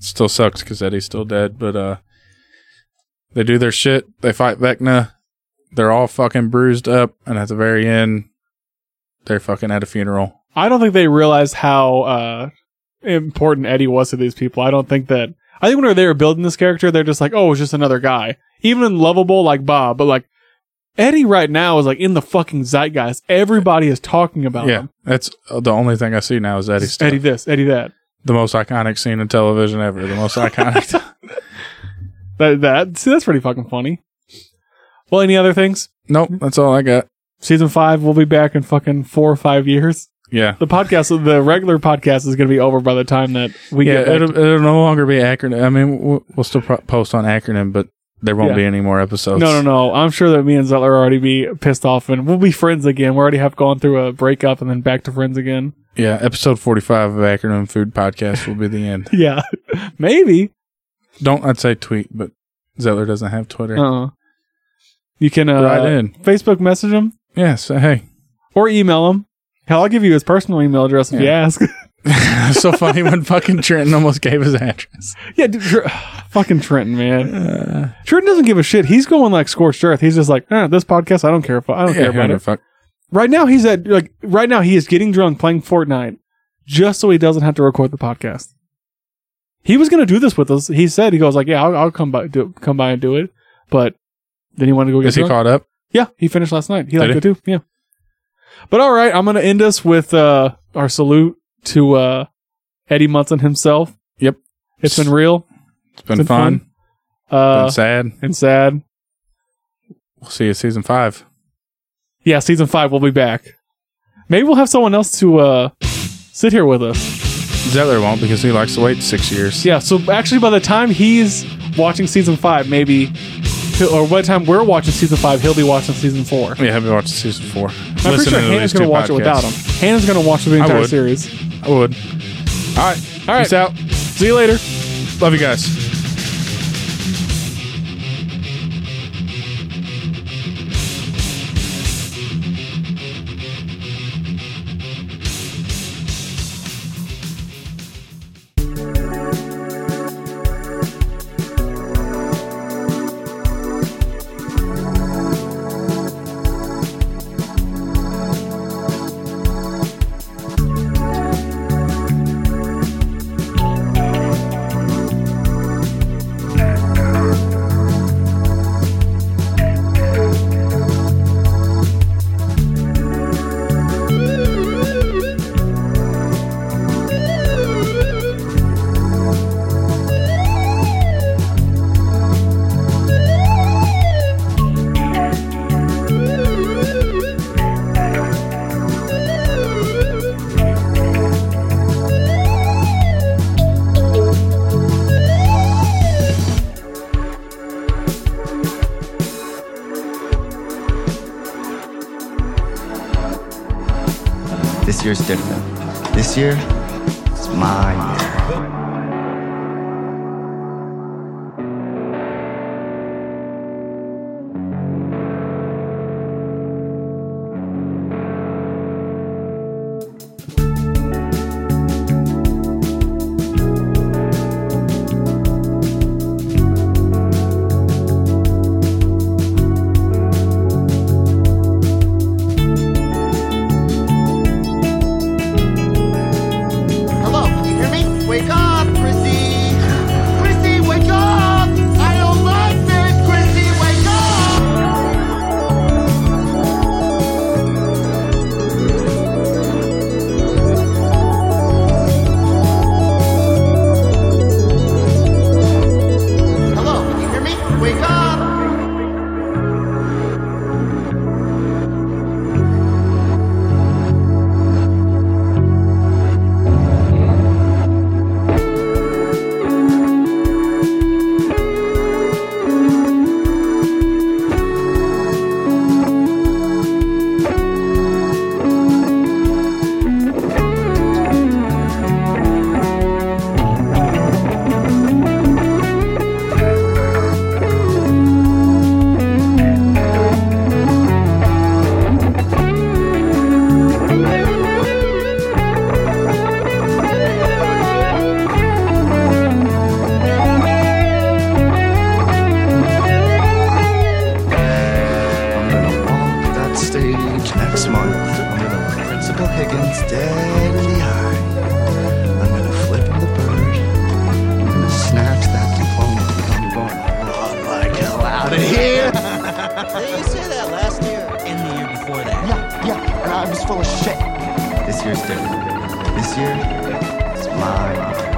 [SPEAKER 2] Still sucks because Eddie's still dead, but uh, they do their shit. They fight Vecna. They're all fucking bruised up, and at the very end, they're fucking at a funeral.
[SPEAKER 1] I don't think they realized how uh, important Eddie was to these people. I don't think that. I think when they were building this character, they're just like, oh, it's just another guy. Even lovable like Bob, but like Eddie right now is like in the fucking zeitgeist. Everybody is talking about
[SPEAKER 2] yeah,
[SPEAKER 1] him.
[SPEAKER 2] that's uh, the only thing I see now is Eddie. stuff.
[SPEAKER 1] Eddie this, Eddie that.
[SPEAKER 2] the most iconic scene in television ever. The most iconic.
[SPEAKER 1] That that. See, that's pretty fucking funny. Well, any other things?
[SPEAKER 2] nope, that's all I got.
[SPEAKER 1] Season five, we'll be back in fucking four or five years.
[SPEAKER 2] Yeah,
[SPEAKER 1] The podcast, the regular podcast, is going to be over by the time that we
[SPEAKER 2] yeah.
[SPEAKER 1] get. back
[SPEAKER 2] It'll, it'll no longer be acronym. I mean, we'll, we'll still pro- post on acronym, but there won't
[SPEAKER 1] Yeah.
[SPEAKER 2] be any more episodes.
[SPEAKER 1] No, no, no. I'm sure that me and Zeller already be pissed off and we'll be friends again. We already have gone through a breakup and then back to friends again.
[SPEAKER 2] Yeah, episode forty-five of acronym food podcast will be the end.
[SPEAKER 1] Yeah. Maybe.
[SPEAKER 2] Don't I'd say tweet, but Zeller doesn't have Twitter.
[SPEAKER 1] Uh-uh. You can uh,
[SPEAKER 2] Right in.
[SPEAKER 1] Facebook message him
[SPEAKER 2] Yeah, so hey,
[SPEAKER 1] or email him. Hell, I'll give you his personal email address if you
[SPEAKER 2] Yeah.
[SPEAKER 1] ask.
[SPEAKER 2] so funny when fucking Trenton almost gave his address.
[SPEAKER 1] yeah, dude, Tr- fucking Trenton, man.
[SPEAKER 2] Uh,
[SPEAKER 1] Trenton doesn't give a shit. He's going like scorched earth. He's just like, eh, this podcast, I don't care if I don't
[SPEAKER 2] yeah,
[SPEAKER 1] care
[SPEAKER 2] who
[SPEAKER 1] about
[SPEAKER 2] the
[SPEAKER 1] it.
[SPEAKER 2] fuck?
[SPEAKER 1] Right now, he's at like right now he is getting drunk playing Fortnite just so he doesn't have to record the podcast. He was gonna do this with us. He said he goes like, "Yeah, I'll, I'll come by, do, come by and do it," but then he wanted to go get
[SPEAKER 2] Is he
[SPEAKER 1] drunk.
[SPEAKER 2] caught up?
[SPEAKER 1] yeah, he finished last night. He liked
[SPEAKER 2] he?
[SPEAKER 1] it too. Yeah. But all right, I'm gonna end us with uh, our salute to uh, Eddie Munson himself.
[SPEAKER 2] Yep.
[SPEAKER 1] it's been real,
[SPEAKER 2] It's been,
[SPEAKER 1] been
[SPEAKER 2] fun,
[SPEAKER 1] fun. uh,
[SPEAKER 2] been sad.
[SPEAKER 1] and sad.
[SPEAKER 2] We'll see you season five.
[SPEAKER 1] Yeah, season five, we'll be back. Maybe we'll have someone else to uh, sit here with us.
[SPEAKER 2] Zeller won't because he likes to wait six years.
[SPEAKER 1] Yeah, so actually, by the time he's watching season five, maybe, he'll- or by the time we're watching season five, he'll be watching season four.
[SPEAKER 2] Yeah, have you watched season four?
[SPEAKER 1] I'm pretty sure Hannah's going to watch it without him. Hannah's going to watch the entire
[SPEAKER 2] would.
[SPEAKER 1] series.
[SPEAKER 2] I would. All right. All right. Peace out.
[SPEAKER 1] See you later.
[SPEAKER 2] Love you guys.
[SPEAKER 3] This year's different. This year, it's my year.
[SPEAKER 4] Hello, can you hear me? Wait. Oh Yeah, you said that last year. And the year before that.
[SPEAKER 3] Yeah, yeah, and I was full of shit. This year's different. This year, it's mine.